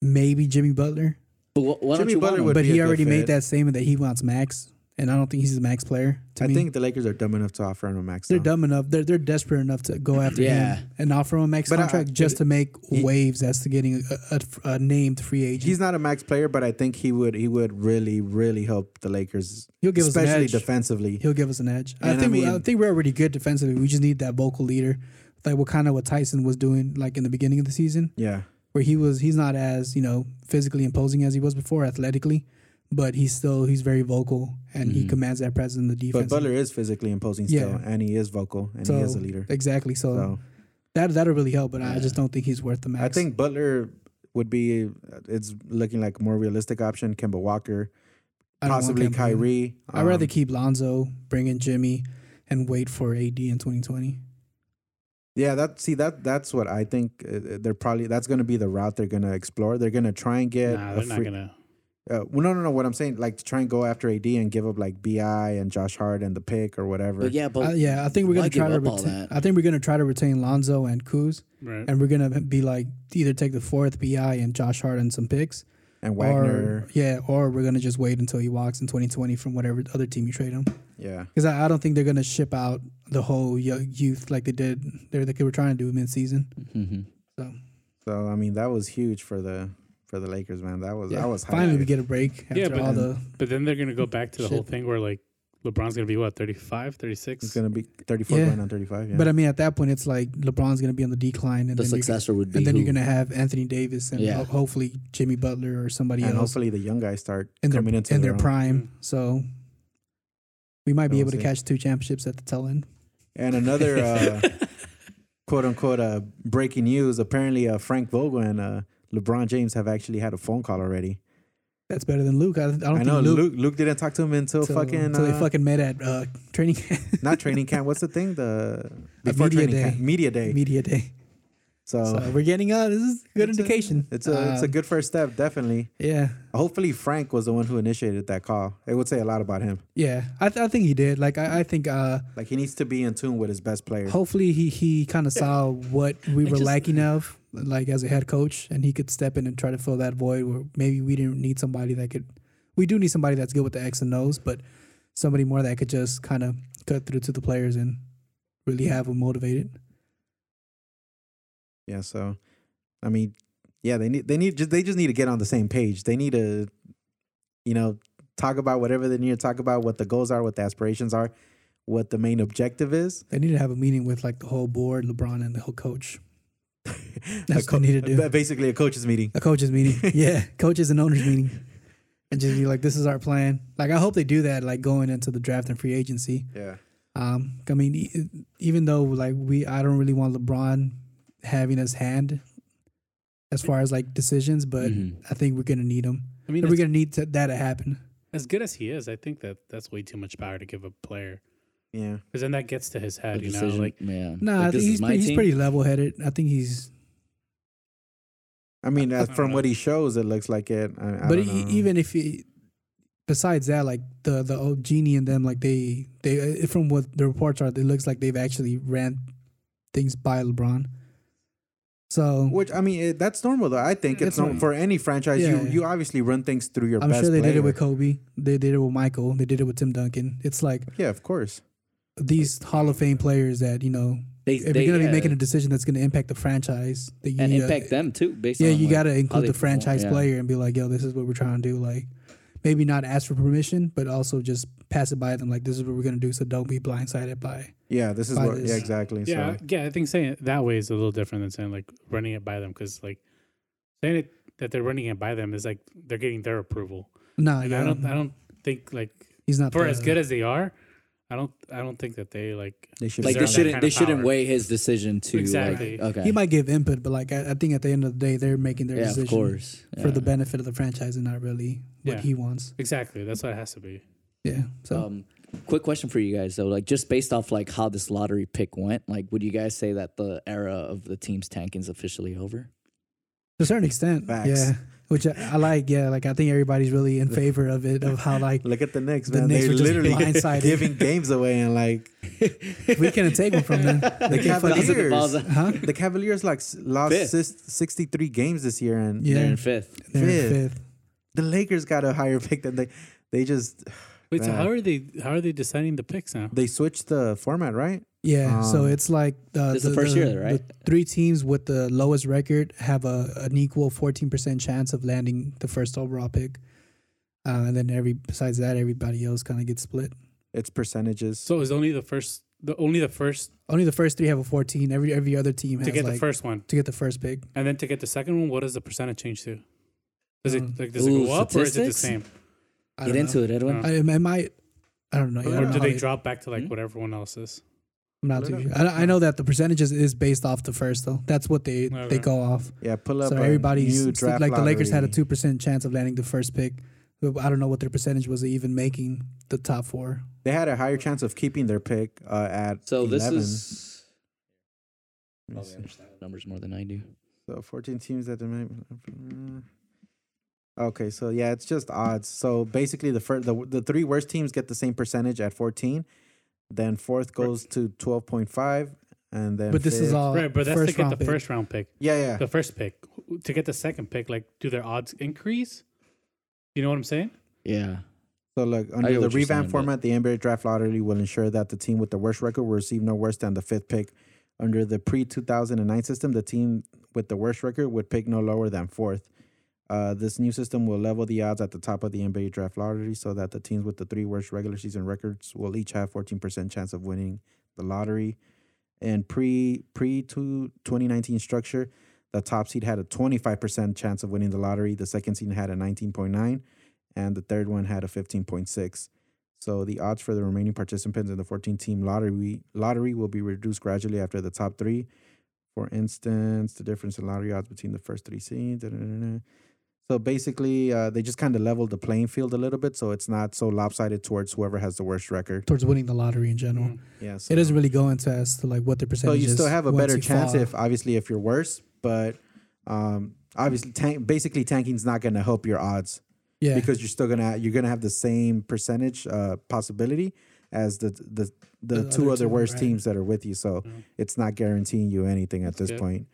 maybe Jimmy Butler, But wh- why don't Jimmy you want Butler him? would- but be a he good already fit. made that statement that he wants max, and I don't think he's a max player. To I me. think the Lakers are dumb enough to offer him a max. they're now. dumb enough. They're they're desperate enough to go after Yeah. him and offer him a max But I- contract I- just to make he- waves as to getting a, a, a named free agent. He's not a max player, but I think he would he would really really help the Lakers, He'll give us an especially edge. defensively. He'll give us an edge. I And I think we I mean- think we're already good defensively. We just need that vocal leader, like what kind of what Tyson was doing, like in the beginning of the season, yeah, where he was he's not as you know physically imposing as he was before athletically, but he's still he's very vocal and Mm-hmm. he commands that presence in the defense. but Butler is physically imposing still, Yeah. and he is vocal, and so, he is a leader. exactly. So, So that that'll really help, but I just don't think he's worth the max. I think Butler would be it's looking like a more realistic option. Kemba Walker, I don't want possibly Kemba. Kyrie. I'd rather Um, keep Lonzo, bring in Jimmy, and wait for AD in 2020. Yeah, that see that that's what I think uh, they're probably that's going to be the route they're going to explore. They're going to try and get nah, a they're not free- gonna. uh, well, no, no, no. What I'm saying, like to try and go after AD and give up like Bi and Josh Hart and the pick or whatever. But yeah, but Uh, yeah, I think we're why gonna give try to up all retain. that? I think we're gonna try to retain Lonzo and Kuz. Right. and we're gonna be like either take the fourth bi and Josh Hart and some picks, and Wagner. or yeah, or we're gonna just wait until he walks in 2020 from whatever other team you trade him. yeah, Because I, I don't think they're gonna ship out the whole yo- youth like they did. They're like they were trying to do mid season. Mhm. So so I mean that was huge for the for the Lakers, man. That was yeah, that was hype. finally we get a break after Yeah, but all the But then they're gonna go back to the whole Shit. thing where like LeBron's gonna be what 35, 36? It's gonna be 34 Yeah. going on 35. Yeah, But uh, I mean, at that point, it's like LeBron's going to be on the decline, and the then you're- successor would be and then you're who? going to have Anthony Davis and Yeah. ho- hopefully Jimmy Butler or somebody and else hopefully the young guys start in their coming into in their, their own. Mm. prime. So we might be We'll able to see. catch two championships at the tail end. And another uh, quote unquote uh, breaking news. Apparently, uh, Frank Vogel and uh, LeBron James have actually had a phone call already. That's better than Luke. I, I don't I, think know Luke, Luke. Luke. didn't talk to him until till- fucking till they uh, fucking met at uh, training camp, not training camp. What's the thing? The media day. media day. media day. so So we're getting uh This is a good It's a- indication. it's a it's a Um, good first step, definitely. yeah. Hopefully, Frank was the one who initiated that call. It would say a lot about him. Yeah, I, th- I think he did. Like, I, I think uh, Like he needs to be in tune with his best player. hopefully he he kind of saw what we I were just- lacking of, like as a head coach, and he could step in and try to fill that void where maybe we didn't need somebody that could. We do need somebody that's good with the X and O's, but somebody more that could just kind of cut through to the players and really have them motivated. Yeah. So, I mean, yeah, they need they need just they just need to get on the same page. They need to, you know, talk about whatever they need to talk about, what the goals are, what the aspirations are, what the main objective is. They need to have a meeting with like the whole board, LeBron, and the whole coach. That's what they need to do. Basically, a coaches meeting. A coaches meeting. yeah, coaches and owners meeting. And just be like, this is our plan. Like, I hope they do that, like going into the draft and free agency. Yeah. Um, I mean, e- even though like we, I don't really want LeBron having his hand as far as like decisions, but Mhm. I think we're gonna need him. I mean, And we're as, gonna need to, that to happen. as good as he is, I think that that's way too much power to give a player Yeah. because then that gets to his The head. You know, decision- like yeah. Nah, I Like, think this is he's, my pre- he's team. pretty level headed. I think he's, I mean, I as don't from know. what he shows, it looks like it. I, I but don't e- know. even if he, besides that, like the the old genie and them, like they they uh, from what the reports are, it looks like they've actually ran things by LeBron. So Which I mean, it, that's normal though. I think it's That's normal for normal. any franchise. Yeah, you yeah. you obviously run things through your. I'm best sure they did player. it with Kobe. They did it with Michael. They did it with Tim Duncan. It's like Yeah, of course. these Hall of Fame players that you know, They, if they- uh, you're gonna yeah. be making a decision that's gonna impact the franchise, that you and need to- impact them too. Based Yeah, on, you like, gotta how include they the perform. franchise Yeah. player and be like, yo, this is what we're trying to do. Like, maybe not ask for permission, but also just pass it by them. Like, this is what we're gonna do. So don't be blindsided by. Yeah, this is By what. Yeah, this. exactly. yeah, So yeah. I think saying it that way is a little different than saying like running it by them because like saying it that they're running it by them is like they're getting their approval. Nah, And yeah, I don't, I don't think like he's not for the- as good as they are, I don't, I don't think that they like they should Like they be that done. shouldn't kind they of shouldn't power. weigh his decision to like, Exactly. okay. He might give input, but like I, I think at the end of the day, they're making their yeah, decision of course. for the Yeah. benefit of the franchise and not really what Yeah. he wants. exactly. That's what it has to be. Yeah. So Um, quick question for you guys though, like just based off like how this lottery pick went, like would you guys say that the era of the team's tanking is officially over? to a certain extent, Facts. yeah. Which I, I like. Yeah, like I think everybody's really in favor of it. Of how like Look at the Knicks, The man. Knicks They're were just literally blindsided. giving games away, and like we couldn't take one from them. They the can't fucking- Thousand balls- Cavaliers, Huh? the Cavaliers like s- Fifth. lost sis- sixty-three games this year, and Yeah. They're in fifth. They're in Fifth. fifth. the Lakers got a higher pick than they. They just Wait, so Yeah. how are they? How are they deciding the picks now? they switched the format, right? Yeah, so Um, it's like uh, This is the first year, right? three teams with the lowest record have a an equal fourteen percent chance of landing the first overall pick, uh, and then every besides that, everybody else kind of gets split. It's percentages. So it was only the first, the only the first Only the first three have a fourteen. Every every other team has to get like, the first one, to get the first pick. and then to get the second one. What does the percentage change to? Does Um, it like does Ooh, it go up or is it the statistics? same? I Get don't into know. it, Edwin. No. I, I might. I don't know. Yeah, I Or don't do know they how drop back to like Hmm? what everyone else is? I'm not Look too it sure. up. I, I know that the percentages is based off the first though. That's what they Okay. they go off. yeah, pull up. So a everybody's new it's draft like the Lakers had a lottery. two percent chance of landing the first pick. But I don't know what their percentage was of even making the top four. They had a higher chance of keeping their pick uh, at. So this 11. is Oh, Let me probably see. understand the numbers more than I do. So 14 teams that might. mm. Okay, so yeah, it's just odds. So basically, the first, the the three worst teams get the same percentage at 14. Then fourth goes to 12.5, and then. But this is fifth- all right, but that's to first get round the pick. first round pick, Yeah, yeah. the first pick. To get the second pick, like do their odds increase? You know what I'm saying? Yeah. So look, get under what the you're saying, revamped but- format, the NBA draft lottery will ensure that the team with the worst record will receive no worse than the fifth pick. Under the pre-2009 system, the team with the worst record would pick no lower than fourth. Uh, this new system will level the odds at the top of the NBA draft lottery so that the teams with the three worst regular season records will each have 14% chance of winning the lottery. And pre pre to 2019 structure, the top seed had a 25% chance of winning the lottery. The second seed had a 19.9, and the third one had a 15.6. So the odds for the remaining participants in the 14 team lottery lottery will be reduced gradually after the top three. For instance, the difference in lottery odds between the first three seeds. da, da, da, da. So basically, uh, they just kind of leveled the playing field a little bit, so it's not so lopsided towards whoever has the worst record. towards winning the lottery in general. Mm. Yeah, It doesn't really go into as to like what the so percentage. you still is have a once better you chance fall. if obviously if you're worse, but um, obviously tank, basically tanking's not going to help your odds yeah. because you're still gonna you're gonna have the same percentage uh, possibility as the the the, The two other other two, worst right. teams that are with you. So Mhm. it's not guaranteeing you anything at this good. point.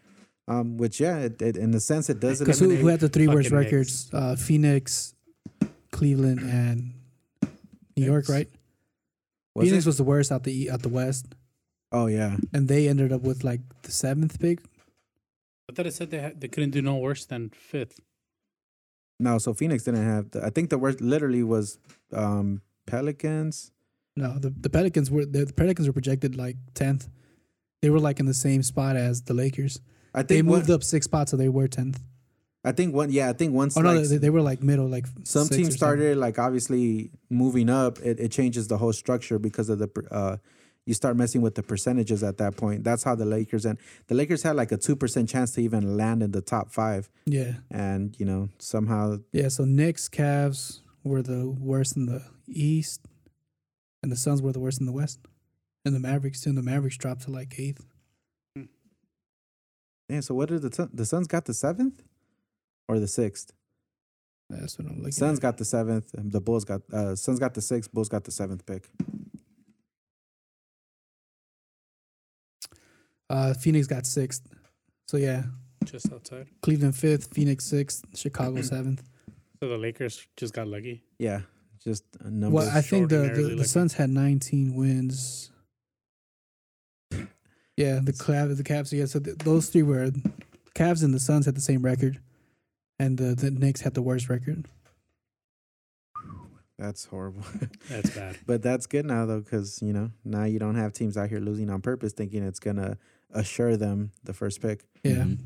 Um, which yeah, it, it, in the sense it does because who, eliminate. who had the three worst Fucking Knicks. records? Uh, Phoenix, Cleveland, and New York. Knicks. Right. was Phoenix it? was the worst out the e- out the West, oh yeah, and they ended up with like the seventh pick. I thought it said they had, they couldn't do no worse than fifth. No, so Phoenix didn't have. The, I think the worst literally was um Pelicans. No, the, the Pelicans were the, Pelicans were projected like tenth. They were like in the same spot as the Lakers. I think They moved one, up six spots, so they were tenth. I think one. Yeah, I think once. Oh no, like, they, they were like middle, like some six or teams something. started like obviously moving up it, it changes the whole structure because of the per- uh you start messing with the percentages at that point that's how the lakers and the lakers had like a 2% chance to even land in the top five Yeah, and you know somehow yeah. So Knicks, Cavs were the worst in the East, and the Suns were the worst in the West, and the Mavericks too. And the Mavericks dropped to like eighth. damn so what did the Sun- the suns got the seventh or the sixth That's what I'm looking. suns at. got the seventh and the bulls got uh suns got the sixth bulls got the seventh pick uh, Phoenix got sixth. So yeah, Just outside. Cleveland fifth, Phoenix sixth, Chicago seventh. So the Lakers just got lucky. yeah just a number Well, I think the, the, extraordinarily the lucky. Suns had 19 wins. Yeah, the Cavs, the Cavs. Yeah, so th- those three were Cavs and the Suns had the same record, and the the Knicks had the worst record. that's horrible That's bad. But that's good now though, because you know now you don't have teams out here losing on purpose, thinking it's gonna assure them the first pick. Yeah, Mhm.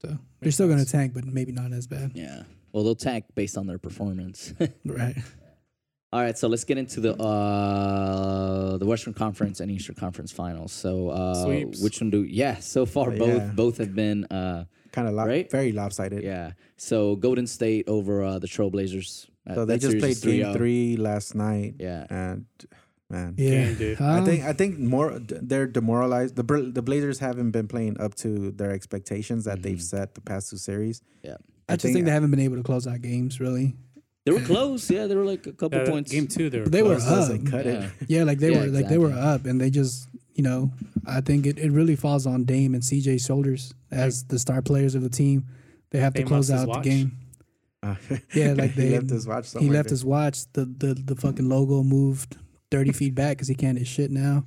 so they're still gonna sense. tank, but maybe not as bad. Yeah. Well, they'll tack based on their performance. Right. All right, so let's get into the uh, the Western Conference and Eastern Conference Finals. So, uh, Sweeps. which one do? Yeah, so far Oh, both yeah. both have been uh, Kind of lo- Right? very lopsided. yeah. So Golden State over uh, the Trailblazers. Uh, So they that just series played is game 3-0. three last night, Yeah, and man, Yeah. Damn, dude. I Um, think I think more d- they're demoralized. The Bra- the Blazers haven't been playing up to their expectations that they've Mhm. set the past two series. yeah. I just think, they haven't been able to close out games really. They were close. Yeah, they were like a couple Yeah, points. Uh, game two, they were. They were Blazers up. doesn't cut Yeah. it. Yeah, like they Yeah, were like they were exactly. up, and they just you know I think it, it really falls on Dame and CJ's shoulders as the star players of the team. They have to Dame close lost his out the watch. game. Yeah, like he they left his watch He somewhere. left dude. his watch. The, the the fucking logo moved thirty feet back because he can't hit shit now.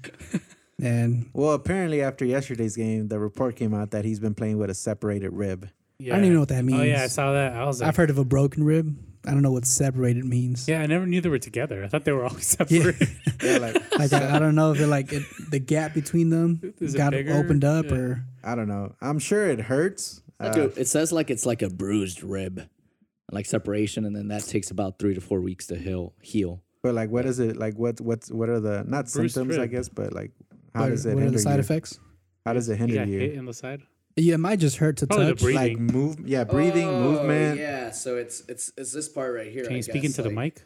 And Well, apparently after yesterday's game, the report came out that he's been playing with a separated rib. Yeah. I don't even know what that means. Oh yeah, I saw that. I was like, I've heard of a broken rib. I don't know what separated means. yeah, I never knew they were together. I thought they were always separate. Yeah, like Like I, I don't know if it, like it, the gap between them Is it got bigger? opened up Yeah. or I don't know. I'm sure it hurts. Uh, Dude, it says like it's like a bruised rib, like separation, and then that takes about three to four weeks to heal. Heal. But like, what is it? Like, what what's what are the not Bruce symptoms? I Strip. guess, but like, how what, does it what are hinder the side you? effects? How does it He hinder got you? hit in the side. Yeah, it might just hurt to Probably the touch. breathing. Like move, yeah, breathing, movement. Oh, Yeah. So it's it's it's this part right here. Can you speak into the mic?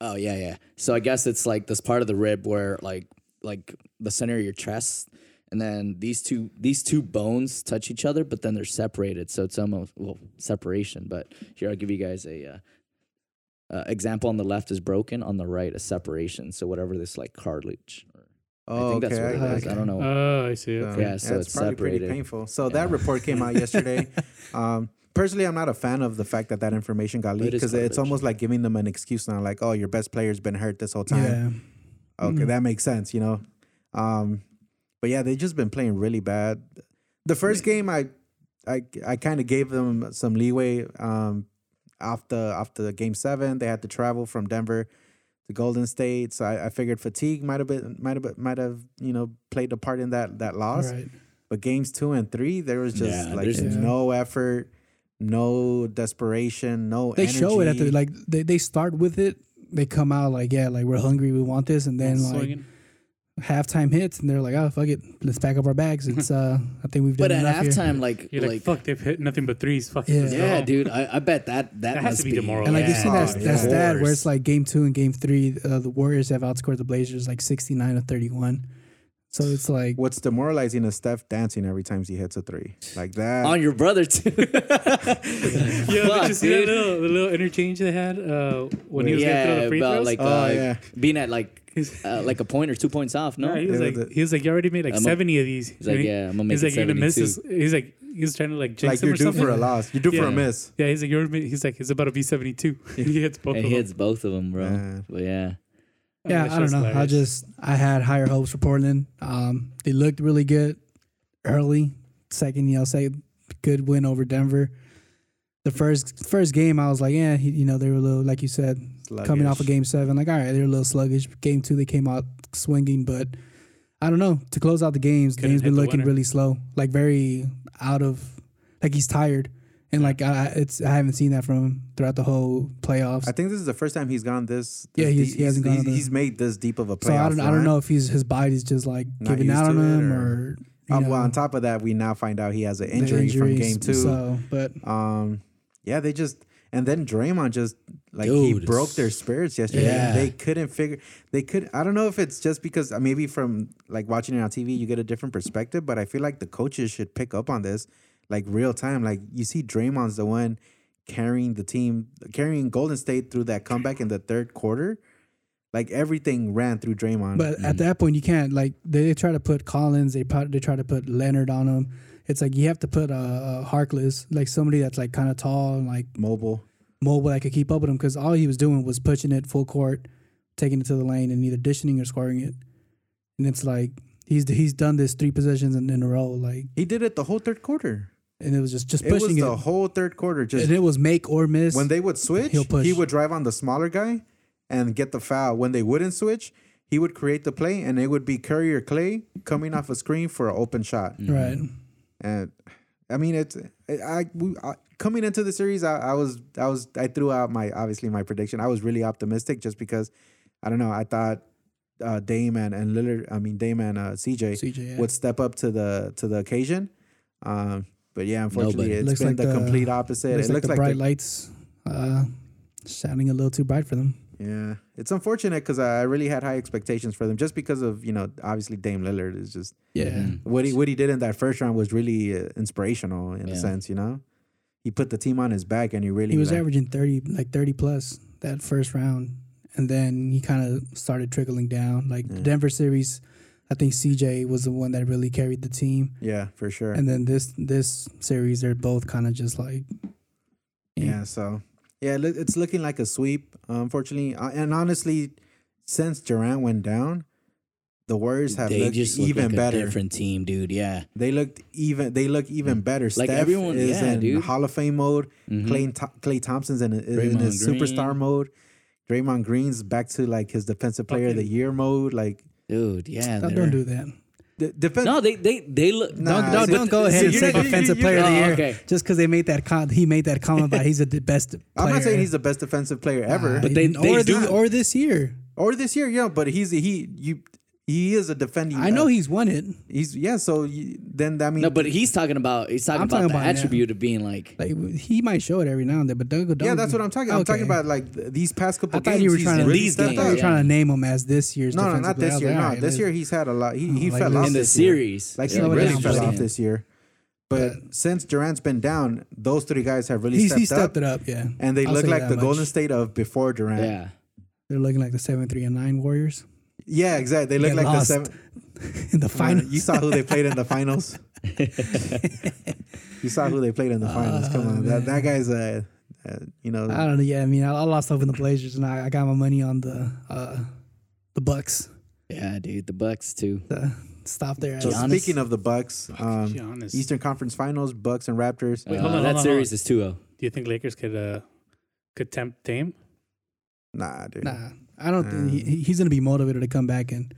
Oh yeah, yeah. So I guess it's like this part of the rib where like like the center of your chest and then these two these two bones touch each other, but then they're separated. So it's almost well separation. But here I'll give you guys a uh, uh, example. On the left is broken. On the right is separation. So whatever this like cartilage. Or, Oh, I think okay. that's what it I- is. I don't know. Oh, I see. So, Okay. Yeah, so it's probably pretty separated. painful. So that report came out yesterday. um, personally, I'm not a fan of the fact that that information got leaked is because it's garbage. almost like giving them an excuse now, like, oh, your best player's been hurt this whole time. Yeah, Mm. Okay, that makes sense, you know. Um, but yeah, they've just been playing really bad. The first game, I, I, I kind of gave them some leeway. Um, off the off the game seven, they had to travel from Denver to Golden State, so I, I figured fatigue might have been might have been- might have you know played a part in that that loss. right. But games two and three, there was just Yeah, like there's- Yeah. no effort, no desperation, no. They show it at the energy. like they, they start with it. They come out like yeah, like we're hungry, we want this, and then like Swinging. halftime hits, and they're like, oh fuck it, let's pack up our bags. It's uh, I think we've done but at enough here. halftime, like You're like, fuck, they've hit nothing but threes. Fuck Yeah. let's go yeah, home. dude. I, I bet that that, That has must to be demoralizing. And like you yeah. see that, Oh, that yeah. stat where Wars. it's like game two and game three, uh, the Warriors have outscored the Blazers like sixty nine to thirty one. So it's like What's demoralizing is Steph dancing every time he hits a three. Like that. on your brother too. Yo, Fuck, did you see that dude. little, the little interchange they had uh, when he was gonna throw the free about throws? like Oh, uh, yeah. being at like uh, like a point or two points off. No, Yeah, he was Yeah, like, the- he was like, you already made like I'm a- seventy of these. He's like, yeah, I'm gonna he's make like, it you're gonna miss 72. this. He's like, he was trying to like jinx like you're him or due something. for a loss. You're due for Yeah. a miss. Yeah, he's like, you're, he's like, it's about to be seventy-two. he hits both and of he them. hits both of them, bro. Man. But yeah, yeah, That's I don't just know. I hilarious. just I had higher hopes for Portland. Um, they looked really good early, second you know, say good win over Denver. The first first game, I was like, yeah, he, you know, they were a little, like you said, coming off of game seven. Like, all right, they're a little sluggish. Game two, they came out swinging, but I don't know. To close out the games, the Couldn't game's hit been the looking winner. really slow, like very out of, like he's tired, and like I, I- it's I haven't seen that from him throughout the whole playoffs. I think this is the first time he's gone this. Yeah, this he's- deep- he hasn't he's, gone on he's, the- made this deep of a playoff. so I don't I don't run. know if he's his body's just like Not giving used out on to it him or- or. you Um, know, well, on top of that, we now find out he has an the injury from injuries. game two. So, but Um, yeah, they just and then Draymond just like he Dude. broke their spirits yesterday. Yeah. They couldn't figure. They could. I don't know if it's just because uh, maybe from like watching it on TV, you get a different perspective. But I feel like the coaches should pick up on this, like real time. Like you see, Draymond's the one carrying the team, carrying Golden State through that comeback in the third quarter. Like everything ran through Draymond. But at that point, you can't like they try to put Collins, they pro- they try to put Leonard on him. It's like you have to put a, a Harkless, like somebody that's like kind of tall and like mobile. mobile that could keep up with him because all he was doing was pushing it full court, taking it to the lane, and either dishing or scoring it. And it's like he's he's done this three possessions in, in a row, like He did it the whole third quarter. and it was just just It was pushing it, the whole third quarter. Just and it was make or miss. when they would switch, He'll push. he would drive on the smaller guy and get the foul. When they wouldn't switch, he would create the play, and it would be Curry or Clay coming off a screen for an open shot. right, And I mean, it's I, we, I coming into the series, I, I was I was I threw out my obviously my prediction. I was really optimistic just because I don't know. I thought uh, Dame and, and Lillard, I mean Dame and uh, CJ, CJ, yeah. would step up to the to the occasion. Um, but yeah, unfortunately, Nobody. it's Looks been like the, the- complete opposite. looks it like looks the like bright the- lights uh, shining a little too bright for them. Yeah, it's unfortunate because I I really had high expectations for them, just because of you know obviously Dame Lillard is just Yeah. Mm-hmm. what he what he did in that first round was really uh, inspirational in a Yeah. sense, you know. He put the team on his back, and he really He was like- averaging 30, like 30 plus that first round. And then he kind of started trickling down. Like the Denver series, I think CJ was the one that really carried the team. yeah for sure. And then this this series, they're both kind of just like, Yeah, so yeah, it- it's looking like a sweep. Unfortunately, Uh, and honestly, since Durant went down, the Warriors have They looked just look even like a better. different team, dude. Yeah. They looked even. They look even better. Like Steph everyone- is yeah, in dude. Hall of Fame mode. Mhm. Clay, Clay Thompson's in, in Draymond his superstar Green. mode. Draymond Green's back to like his defensive player of the Fucking- year mode. Like Dude, yeah. "No, they're- don't do that. the defense. No, they they they look. Nah, Don't, don't, see, don't go ahead see, and you're say not- you- defensive you- you- player of the Oh, year okay. just because they made that con- he made that comment about he's the d- best. Player. I'm not saying he's the best defensive player ever, Uh, But they- or, they this, do- or this year. or this year, yeah. But he's he you he is a defending. I know uh, he's won it. he's yeah. So you, then I mean, No, but he's talking about he's talking I'm about talking the about now. attribute of being like. Like he might show it every now and then, but don't go. Don't yeah, that's what I'm talking. I'm talking Okay. about like th- these past couple I thought games. you were he's trying to really These stepped games, up. You were yeah. trying to name him as this year's No, no, defensive not player. I this was year. like, No, alright, this let's- year he's had a lot. He he Oh, fell like off in in the this year. series. Like Yeah, he Slow it really down, fell slow off down. this year. But since Durant's been down, those three guys have really He's, stepped, he stepped up, it up, yeah. and they I'll look say like that the much. Golden State of before Durant. Yeah, Yeah. They're looking like the seven, three, and nine Warriors exactly. They look They like lost. the seven. in the Final. finals. You saw who they played in the finals. you saw who they played in the finals. Come on, that that guy's a, uh you know. Oh, I don't know. Yeah, I mean, I, I lost hope in the Blazers, and I, I got my money on the uh, the Bucks. Yeah, dude, the Bucks too. The stop there. so Giannis. speaking of the Bucks, um, Giannis. Eastern Conference Finals, Bucks and Raptors. Wait, Uh, hold on, that hold on, series hold is 2-0. Do you think Lakers could uh could tempt Dame? Nah, dude. nah, I don't think he- he, he's gonna be motivated to come back and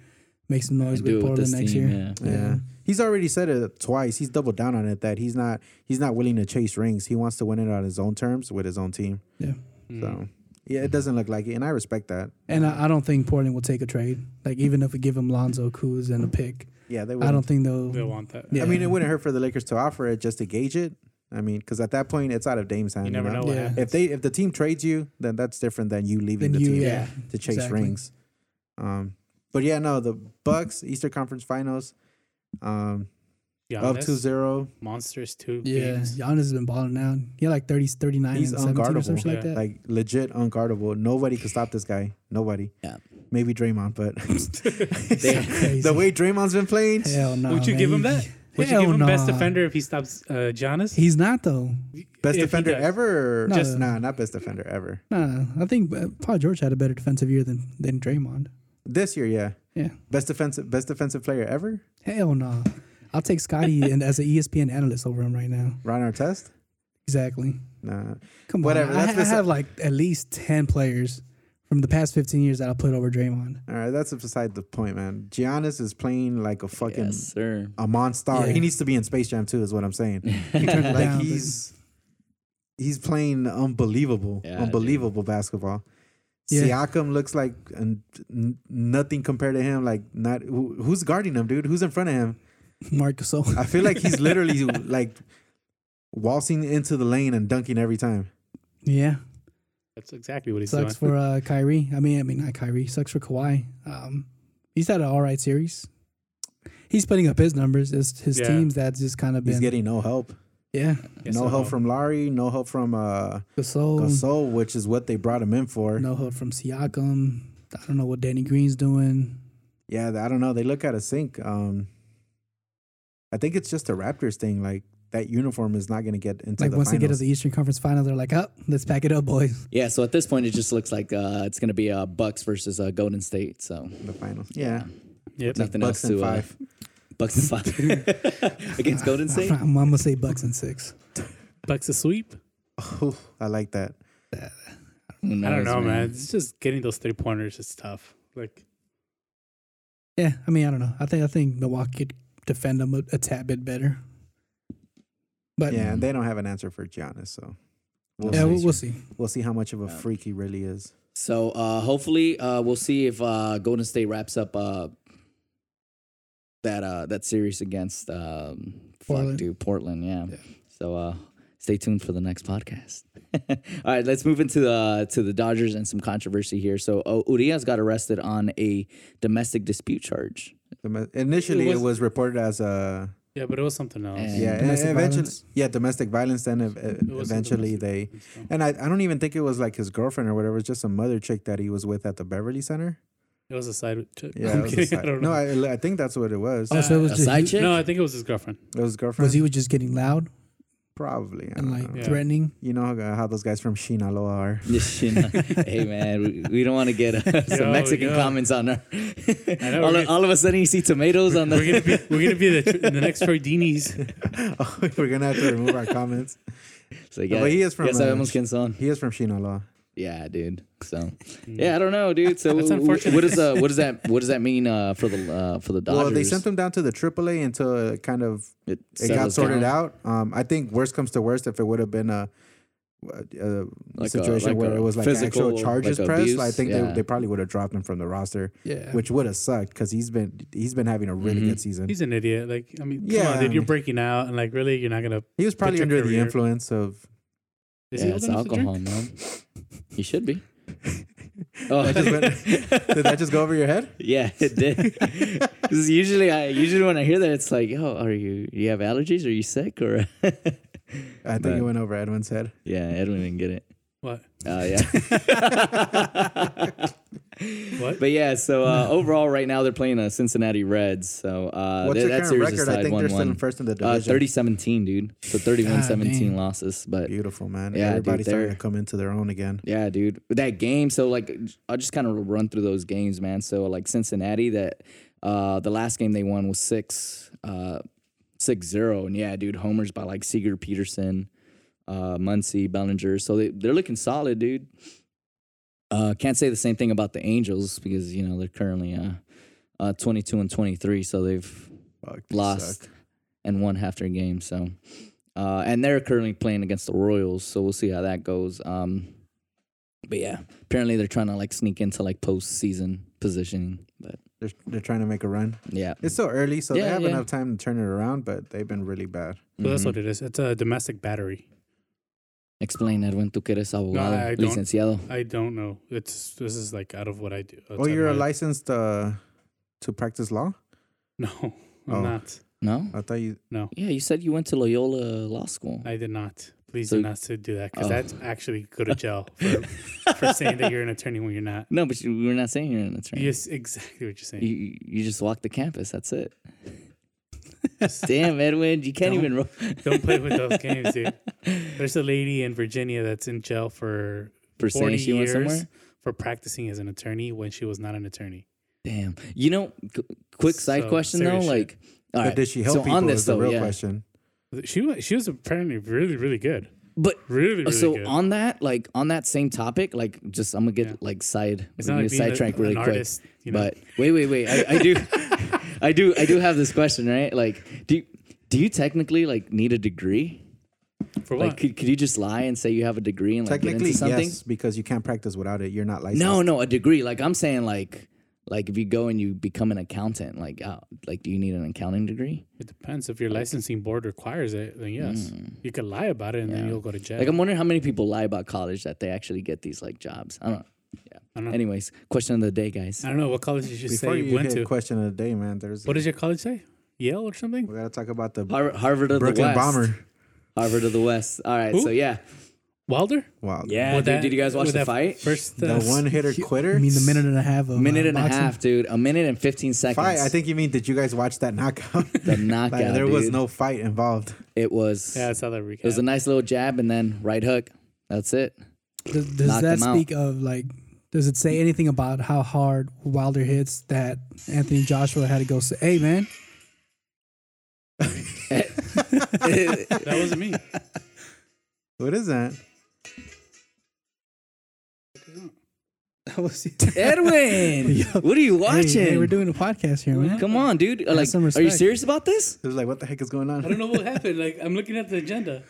make some noise And do it with with Portland this next team. year. Yeah. Yeah. He's already said it twice. He's doubled down on it that he's not he's not willing to chase rings. He wants to win it on his own terms with his own team. Yeah, Mm-hmm. So yeah, it doesn't look like it, and I respect that. and I, I don't think Portland will take a trade. Like even if we give him Lonzo, Kuz, and a pick, Yeah, they. Wouldn't, I don't think they'll. Mm, They'll want that. Yeah. I mean, it wouldn't hurt for the Lakers to offer it just to gauge it. I mean, because at that point, it's out of Dame's hands. You never know Yeah. what happens. If they if the team trades you, then that's different than you leaving Then the you- team yeah, to chase exactly. rings. Um, but yeah, no, the Bucks Eastern Conference Finals, um, up Giannis, 2-0. monsters two Yeah, games. Giannis has been balling out. He had like 30, 39 He's and 17 or unguardable. something like that. like legit unguardable. Nobody could stop this guy. Nobody. Yeah. Maybe Draymond, but Crazy. the way Draymond's been playing, Hell no. Would you man. give him He- that? Would you Hell give him best nah. defender if he stops uh, Giannis? He's not though. If best he defender does. ever. or- No. Just nah, not best defender ever. Nah, I think uh, Paul George had a better defensive year than than Draymond. This year, yeah, Yeah. best defensive best defensive player ever. Hell no. I'll take Scotty and as an E ESPN analyst over him right now. Ron Artest? Exactly. Nah. Come Whatever, on. that's I, I besi- have like at least ten players from the past fifteen years that I put over Draymond. All right, that's beside the point, man. Giannis is playing like a fucking Yes, sir. a monster. Yeah. He needs to be in Space Jam too, is what I'm saying. it down, like but- he's he's playing unbelievable, Yeah, dude. unbelievable basketball. Yeah. Siakam looks like an, n- nothing compared to him. Like not who, who's guarding him, dude? Who's in front of him? Mark Gasol. I feel like he's literally like waltzing into the lane and dunking every time. Yeah. That's exactly what he's Sucks doing. for uh, Kyrie. I mean, I mean not Kyrie. Sucks for Kawhi. Um, he's had an all right series. He's putting up his numbers. It's his Yeah. teams that's just kind of He's been getting no help, yeah. Yes, no I help know. from Larry, no help from uh, Gasol, Gasol, which is what they brought him in for. no help from Siakam. I don't know what Danny Green's doing. Yeah, I don't know. They look out of sync. Um, I think it's just a Raptors thing. Like that uniform is not going to get into Like the finals. once they get to the Eastern Conference Finals, they're like, "Up, let's pack it up, boys." Yeah, so at this point, it just looks like uh, it's gonna be uh, Bucks versus uh, Golden State. So the finals. Yeah, Yep. nothing Bucks else to and uh, five. Bucks and five against Golden State. I'm, I'm gonna say Bucks and six. Bucks a sweep. Ooh, I like that. Who I don't knows, know, man. It's just getting those three pointers is tough. Like Yeah, I mean, I don't know. I think I think Milwaukee could defend them a, a tad bit better. But Yeah, and they don't have an answer for Giannis, so we'll yeah, see. we'll, we'll see. We'll see how much of a freak he really is. So uh, hopefully, uh, we'll see if uh, Golden State wraps up uh, that uh, that series against um, Portland. Portland. Dude, Portland. Yeah. So uh, stay tuned for the next podcast. All right, let's move into the to the Dodgers and some controversy here. So oh, Urias got arrested on a domestic dispute charge. The me- Initially, It it was- was reported as a yeah, but it was something else. And- yeah, and Domestic eventually, violence? yeah, domestic violence. Then ev- It was eventually domestic they, violence, so. and I, I don't even think it was like his girlfriend or whatever. It was just some other chick that he was with at the Beverly Center. It was a side chick. Yeah, I'm it was a kidding. I side- don't no, know. I, I think that's what it was. Oh, so it was Uh, a just side he- chick? no, I think it was his girlfriend. it was his girlfriend. was he was just getting loud Probably. I and don't like know. Yeah. threatening. You know how, how those guys from Sinaloa are. Just, you know, hey man, we, we don't want to get uh, some Yo, Mexican yo. comments on our. know, all, right? all of a sudden, you see tomatoes on the. We're gonna be we're gonna be the, tr- the next Troy Deeney's. We're gonna have to remove our comments. So yeah, but he is from, Yes, uh, Mm. I almost can song. He is from Sinaloa. Yeah, dude. So yeah, I don't know, dude. So wh- That's wh- unfortunate. what does uh, what does that what does that mean uh, for the uh, for the Dodgers? Well, they sent him down to the AAA until it kind of It, it got sorted out. Um, I think worst comes to worst, if it would have been a, a Like a- situation like where a it was like physical, actual charges like pressed, abuse, I think yeah. they, they probably would have dropped him from the roster, Yeah. which would have sucked because he's been he's been having a really Mhm. good season. He's an idiot. Like I mean, yeah, Yeah, come on, I dude, you're mean- breaking out, and like really, you're not gonna. he was probably Pitcher under the career. influence of Is Yeah, he old it's enough to drink? alcohol, man. He should be. Oh, That just went- did that just go over your head? yeah, it did. 'Cause usually, I usually when I hear that, it's like, yo, are you you have allergies? Are you sick? Or I think But- it went over Edwin's head. yeah, Edwin didn't get it. What? Oh yeah. What? But yeah, so uh, overall, right now they're playing the Cincinnati Reds. So uh, What's that- their that current series is record? tied I think they're still 1-1. in first in the Uh, division. 30 17, dude. So 31 17 damn. losses. But Beautiful, man. Yeah, dude, Everybody's starting they're- to come into their own again. yeah, dude. But That game, so like, I'll just kind of run through those games, man. So, like, Cincinnati, that uh, the last game they won was 6 uh, 6 0. And yeah, dude, homers by like Seager Peterson, uh, Muncie, Bellinger. So they, they're looking solid, dude. Uh, can't say the same thing about the Angels because, you know, they're currently uh, uh, 22 and 23. So they've Fuck, they lost suck. and won half their game. So, uh, and they're currently playing against the Royals. So we'll see how that goes. Um, but yeah, apparently they're trying to like sneak into like postseason positioning. But They're, they're trying to make a run. yeah, It's so early, so Yeah, they have yeah. enough time to turn it around, but they've been really bad. So that's Mhm. what it is. It's a domestic battery. explain Edwin. Tú que eres abogado, I don't. licenciado. I don't know. It's this is like out of what I do. oh, outside you're a my- licensed uh, to practice law? No, I'm Oh. not. No. I thought you. No, Yeah, you said you went to Loyola Law School. I did not. Please So- do not say- do that because Oh. that's actually go to jail for, for saying that you're an attorney when you're not. no, but you, we were not saying you're an attorney. Yes, exactly what you're saying. You, you you just walked the campus. That's it. Damn, Edwin, you can't Don't- even. Ro- Don't play with those games, dude. There's a lady in Virginia that's in jail for For saying 40 she went years somewhere? for practicing as an attorney when she was not an attorney. Damn. You know, qu- quick side So, question though, serious shit. like All But right. did she help so people? on this is the though, real yeah. question. She wa- she was apparently really really good. But Really, really so good. on that, like on that same topic, like just I'm gonna get like side, It's we're not gonna like being a- sidetrack really an quick. artist, you know? But wait, wait, wait. I, I do, I do, I do have this question, right? Like, do you, do you technically like need a degree? For what? Like, could, could you just lie and say you have a degree and like get Technically, into something? yes, because you can't practice without it. You're not licensed. No, no, a degree. Like I'm saying, like like if you go and you become an accountant, like uh, like do you need an accounting degree? it depends if your licensing board requires it. Then yes, you could lie about it and then you'll go to jail. Hmm. Like I'm wondering how many people lie about college that they actually get these like jobs. I don't. know. Yeah. don't know. Anyways, question of the day, guys. I don't know what college did you Before say you you went hit to. question of the day, man, there's What does your college say? Yale or something? we gotta talk about the Harvard, Harvard of the Brooklyn West. bomber. Harvard of the West. All right. So yeah, Wilder? Wow. yeah. With Dude, Uh, did you guys watch with the that fight? First, The uh, one hitter quitter. I mean, the minute and a half of minute uh, and a boxing. half, dude. A minute and fifteen seconds. fight. I think you mean did you guys watch that knockout? the knockout. like, there was dude. no fight involved. It was. Yeah, I saw that recap. It was a nice little jab and then right hook. That's it. Does, does Knocked that him out. speak of like? Does it say anything about how hard Wilder hits that Anthony Joshua had to go say, "Hey man, that wasn't me. What is that? that was Edwin, what are you watching? Hey, hey, we're doing a podcast here, man. Come on, dude. Like, some are you respect. serious about this? It was like what the heck is going I on? don't know what happened. Like I'm looking at the agenda.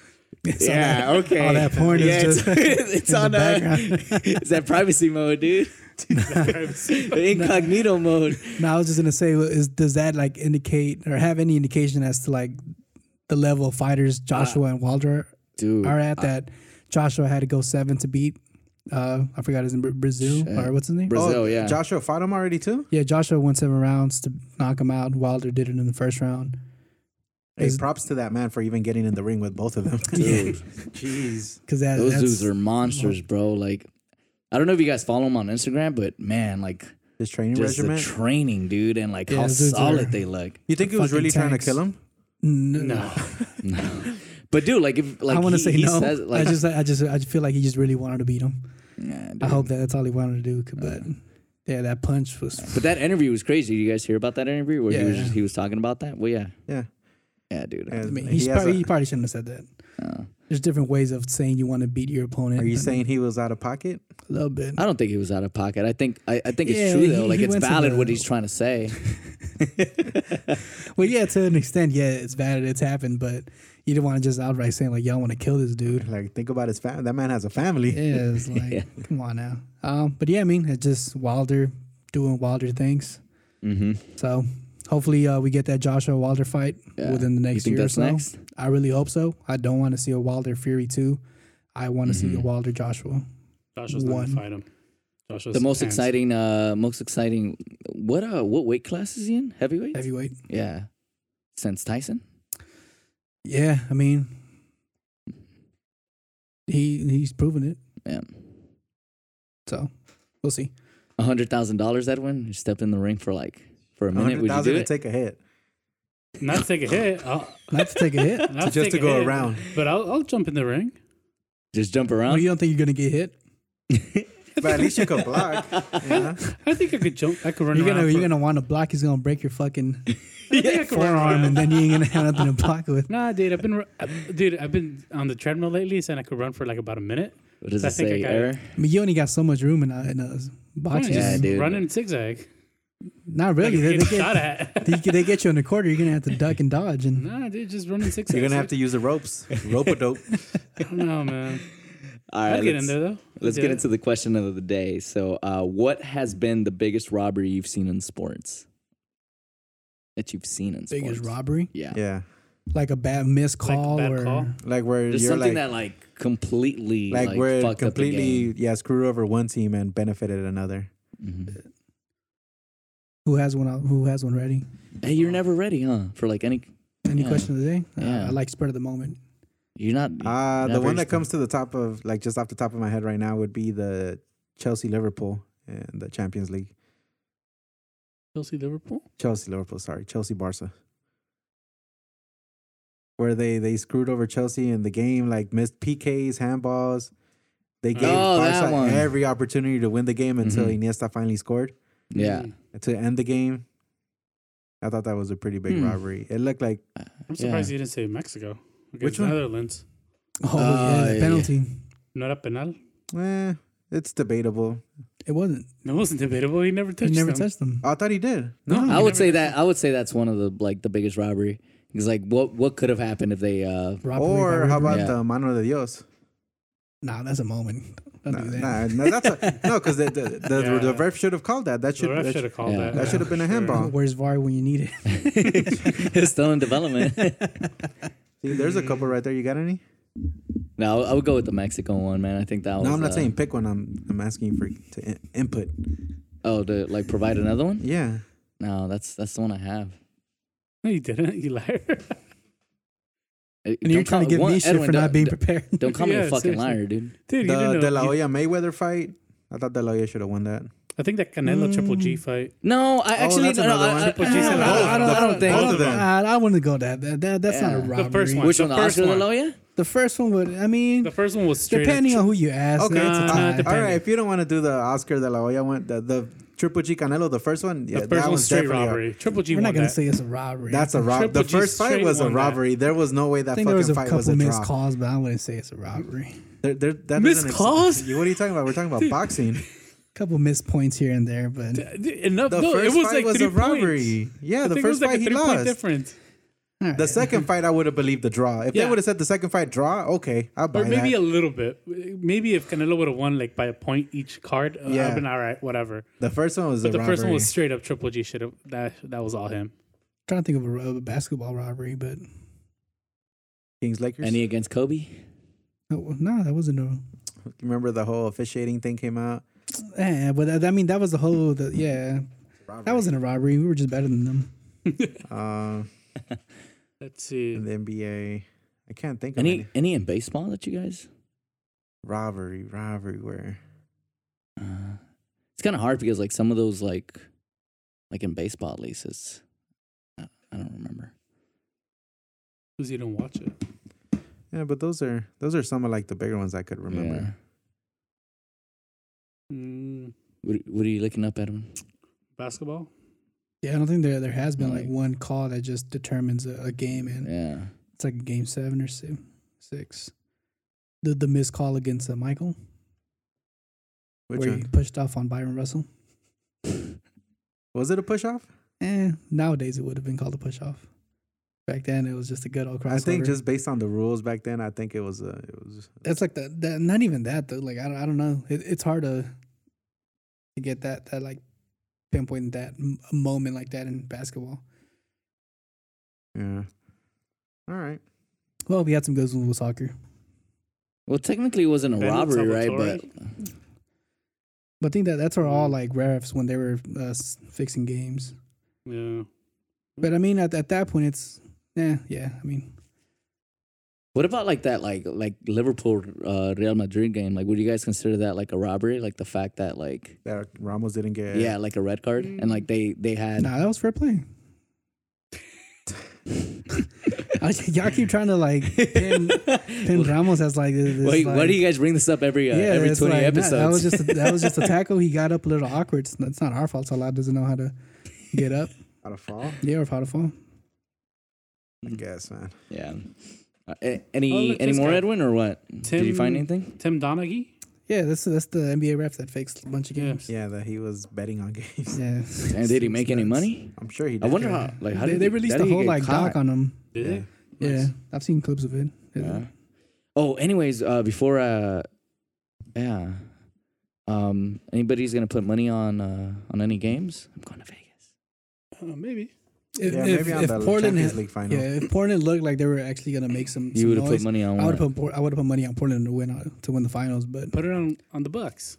Yeah, okay. All that porn is just it's, in the on uh, background. it's that privacy mode, dude. The incognito mode. No, I was just gonna say, is does that like indicate or have any indication as to like the level of fighters Joshua and Wilder Uh, Dude, are at? that Joshua had to go seven to beat. Uh, I forgot his name, Bra- Brazil or what's his name? Brazil, yeah. Oh, Joshua fought him already too. Yeah, Joshua won seven rounds to knock him out. Wilder did it in the first round. Hey, props to that man for even getting in the ring with both of them. Dude. Jeez. Because that, Those that's dudes are monsters, bro. Like, I don't know if you guys follow them on Instagram, but man, like, His training just regimen. the training, dude, and like Yeah, how those dudes solid are- they look. you think he was fucking really trying to tanks. kill him? N- no. But dude, like, if like I want to he- say he no. says, like, I just, I just, I feel like he just really wanted to beat him. Nah, dude. I hope that that's all he wanted to do. c- But yeah, that punch was. But that interview was crazy. Did you guys hear about that interview where he was Yeah. just, he was talking about that? Well, yeah, Yeah. yeah, dude. Yeah. I mean, He he's has probably, a- he probably shouldn't have said that. There's different ways of saying you want to beat your opponent. Are you but saying he was out of pocket? a little bit? I don't think he was out of pocket. I think I, I think Yeah, it's true though. he- Like he it's went to valid the- what he's trying to say. Well, yeah, to an extent, yeah, it's bad. It's happened, but you don't want to just outright saying like y'all want to kill this dude. Like, think about his family. That man has a family. Yeah, it's like come on now. Um, but yeah, I mean, it's just Wilder doing Wilder things. Mm-hmm. So hopefully uh, we get that Joshua Wilder fight Yeah. within the You next think year or that's so. next? I really hope so. I don't want to see a Wilder Fury two. I want to Mm-hmm. see a Wilder Joshua. Joshua's not One. gonna fight him. Joshua's The most pants. exciting, uh, most exciting. What uh, what weight class is he in? Heavyweight. Heavyweight. Yeah, since Tyson. Yeah, I mean, he he's proven it. Yeah, So we'll see. a hundred thousand dollars. Edwin, you step in the ring for like for a minute. Would you 100,000 do to it? take a hit. Not to take a hit. I'll, Not to take a hit. not take Just to a go hit, around. But I'll, I'll jump in the ring. Just jump Well, around. you don't think you're gonna get hit? But at least you could block. Yeah. I think I could jump. I could run You're around. gonna for- you're gonna want to block. He's gonna break your fucking I think I could run forearm, around. and then you ain't gonna have nothing to block with. Nah, dude, I've been ru- I've- dude, I've been on the treadmill lately, saying I could run for like about a minute. What does I it think I say? got Error. I mean, you only got so much room in a, in a boxing. Yeah, Yeah, gym. dude. Running zigzag. Not really. Like, They, getting they shot get, at. they, get- they get you in the corner. You're gonna have to duck and dodge. And Nah, dude, just running zigzag. You're going to have to use the ropes. Rope a dope. I don't know, man. All I'd right, get let's- in there though. Let's Yeah. get into the question of the day. So, uh, what has been the biggest robbery you've seen in sports? That you've seen in sports? biggest robbery, Yeah. Yeah. like a bad missed Like a call bad or call? Like, where There's you're something like, that like completely like, like, where it fucked completely, up yeah, screwed over one team and benefited another. the game. Mhm. who has one. out- Who has one ready? Hey, you're never ready, huh? For like any, Any Yeah. question of the day? Uh, Yeah. I like spur of the moment. you're not. Uh, the never one used that to- comes to the top of, like, just off the top of my head right now would be the Chelsea Liverpool in the Champions League. Chelsea Liverpool. Chelsea Liverpool, sorry. Chelsea Barca. Where they, they screwed over Chelsea in the game, like, missed PKs, handballs. They gave Oh, that one. Barca every opportunity to win the game until Mhm. Hmm. Iniesta finally scored. yeah, Mm. to end the game. I thought that was a pretty Hmm. big robbery. It looked like I'm surprised Yeah. you didn't say Mexico. Against Which one? Netherlands. Uh, Oh yeah, yeah. the penalty. Not a penal. eh, it's debatable. It wasn't. That wasn't debatable. He never He touched never them. touched them. I thought he did. No, I he would never say did. that I would say that's one of the like the biggest robbery. Because like what what could have happened if they uh Robbery Or by how robbery. about Yeah. the mano de Dios? Nah, that's a moment. Don't Nah, do that. nah, nah, that's a, no, because the the, the, Yeah. the ref should have called that. That The should ref that should have called yeah. that. That should have been a handball. Where's VAR when you need it? it's still in development. See, there's a couple right there. You got any? no, I would go with the Mexico one, man. I think that was No, I'm not uh, saying pick one. I'm I'm asking for to in- input. Oh, to like provide another one? Yeah, No, that's that's the one I have. No, you didn't. You liar. And And you're trying to give me shit for not being prepared. Don't call me a Yeah, fucking seriously. liar, dude. Dude, you the didn't De know. La you- Hoya Mayweather fight. I thought De La Hoya should have won that. I think that Canelo Triple G fight. No, Oh, I actually that's no, no, another I, one. I, Triple G I said don't- both. I don't, I The- don't think both of them. I, I wouldn't go that. that, that that's not a Yeah. robbery. The first one. Which the one, the first Oscar De one. La Hoya? The first one would. I mean, The first one was straight. depending on who you ask. Okay, that's Nah, a nah, all tie. right, depends. all right. If you don't want to do the Oscar De La Hoya one, the, the Triple G Canelo, the first one, the yeah, that first one's one's straight definitely a- robbery. Triple G We're not won gonna that. say it's a robbery. That's a robbery. Triple The G first fight straight was a won that. robbery. There was no way I that think there was fucking a fight was a couple missed draw. calls, but I wouldn't say it's a robbery. There, there, that Missed doesn't ex- calls? You- What are you talking about? We're talking about boxing. couple missed points here and there, but Enough. The no, first it was fight like was three a robbery. points. Yeah, I the think it was first like fight a he three-point lost. difference. all right. The second fight, I would have believed the draw. If they Yeah. would have said the second fight draw, okay, I'll buy Or maybe that. a little bit. Maybe if Canelo would have won like by a point each card, yeah. Yeah. I've been all right, whatever. the first one was a But the robbery. first one was straight up Triple G. Should have that. That was all him. trying to think of a, ro- a basketball robbery, but Kings Lakers. Any against Kobe? no, no, oh, that wasn't a. Remember the whole officiating thing came out. Eh, but that, I mean, that was the whole. The, yeah, that wasn't a robbery. We were just better than them. Uh, Let's see. in the NBA. I can't think of any, Any any in baseball that you guys? robbery, robbery where Uh, it's kind of hard because like some of those like like in baseball at least it's I, I don't remember. Because you didn't watch it. yeah, but those are those are some of like the bigger ones I could remember. Yeah. Mm, What, what are you looking up, Edwin? basketball. Yeah, I don't think there there has been like Like- one call that just determines a, a game, and Yeah. it's like a game seven or si- six. The the missed call against uh, Michael, Which where he one? pushed off on Byron Russell. Was it a push off? Eh, nowadays it would have been called a push off. Back then it was just a good old crossover. I think just based on the rules back then, I think it was a it was that's like the, the not even that though. Like I don't, I don't know. It, it's hard to to get that that like pinpoint that m- moment like that in basketball. yeah. All right. Well, we had some good ones with soccer, Well, technically it wasn't a Bennett robbery, right? Salvatore? But but I think that that's where all like refs when they were uh, s- fixing games. Yeah. But I mean, at, at that point, it's yeah, yeah. I mean, what about like that like like Liverpool uh, Real Madrid game? Like would you guys consider that like a robbery? Like the fact that like That Ramos didn't get yeah, like a red card and like they they had nah, that was fair play. I- y'all keep trying to like pin, pin Ramos as like this. Wait, like, why do you guys bring this up every uh, every it's twenty like, nah, episodes? that was just a, that was just a tackle. He got up a little awkward. It's not, it's not our fault. Salah doesn't know how to get up. out of fall. Yeah, or how to fall. I Mm-hmm. guess, man. yeah. Uh, a- Oh, any look, any this more, guy. Edwin, or what? Mm. Did you find Tim- anything? Tim Donaghy. Yeah, that's that's the NBA ref that fakes a bunch of Yeah. games. Yeah, that he was betting on games. Yeah. And did he make any money? I'm sure he did. I wonder how. Like, how they, did they he- released how a did he whole get like caught? doc on him. Did Yeah. it? Yeah, I've seen clips of it. Yeah. Oh, anyways, uh, before uh, yeah, um, anybody's gonna put money on uh on any games? I'm going to Vegas. Uh, maybe. If, yeah, if- maybe on if the Portland Champions had- League final. yeah, if Portland looked like they were actually gonna make some, You some would have put noise, money on. I would One. have put Por- I would have put money on Portland to win uh, to win the finals, but Put it on on the Bucks.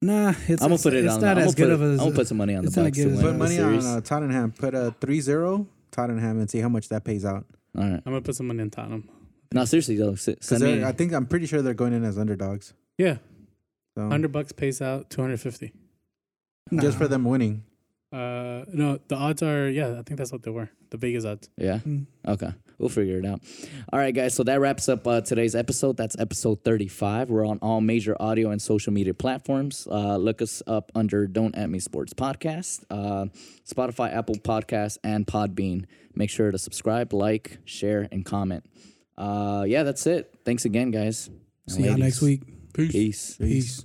nah, it's I'm gonna it's, put it it's on. not I'm as gonna good put, of a. I'm gonna put some money on the it's not Bucks to good as win. a- Put the money on series. uh, Tottenham. Put a 3-0 Tottenham and see how much that pays out. All right. I'm gonna put some money on Tottenham. No, seriously though. s- Because Send me. I think I'm pretty sure they're going in as underdogs. Yeah. So Oh. Hundred bucks pays out two hundred fifty. just for them winning. Uh, no, the odds are yeah. I think that's what they were. The Vegas odds. Yeah. hmm. Okay. We'll figure it out. All right, guys. So that wraps up uh, today's episode. That's episode 35. We're on all major audio and social media platforms. Uh, look us up under Don't At Me Sports Podcast, uh, Spotify, Apple Podcasts, and Podbean. Make sure to subscribe, like, share, and comment. Uh, yeah, that's it. Thanks again, guys. and See y'all ladies. next week. Peace. Peace.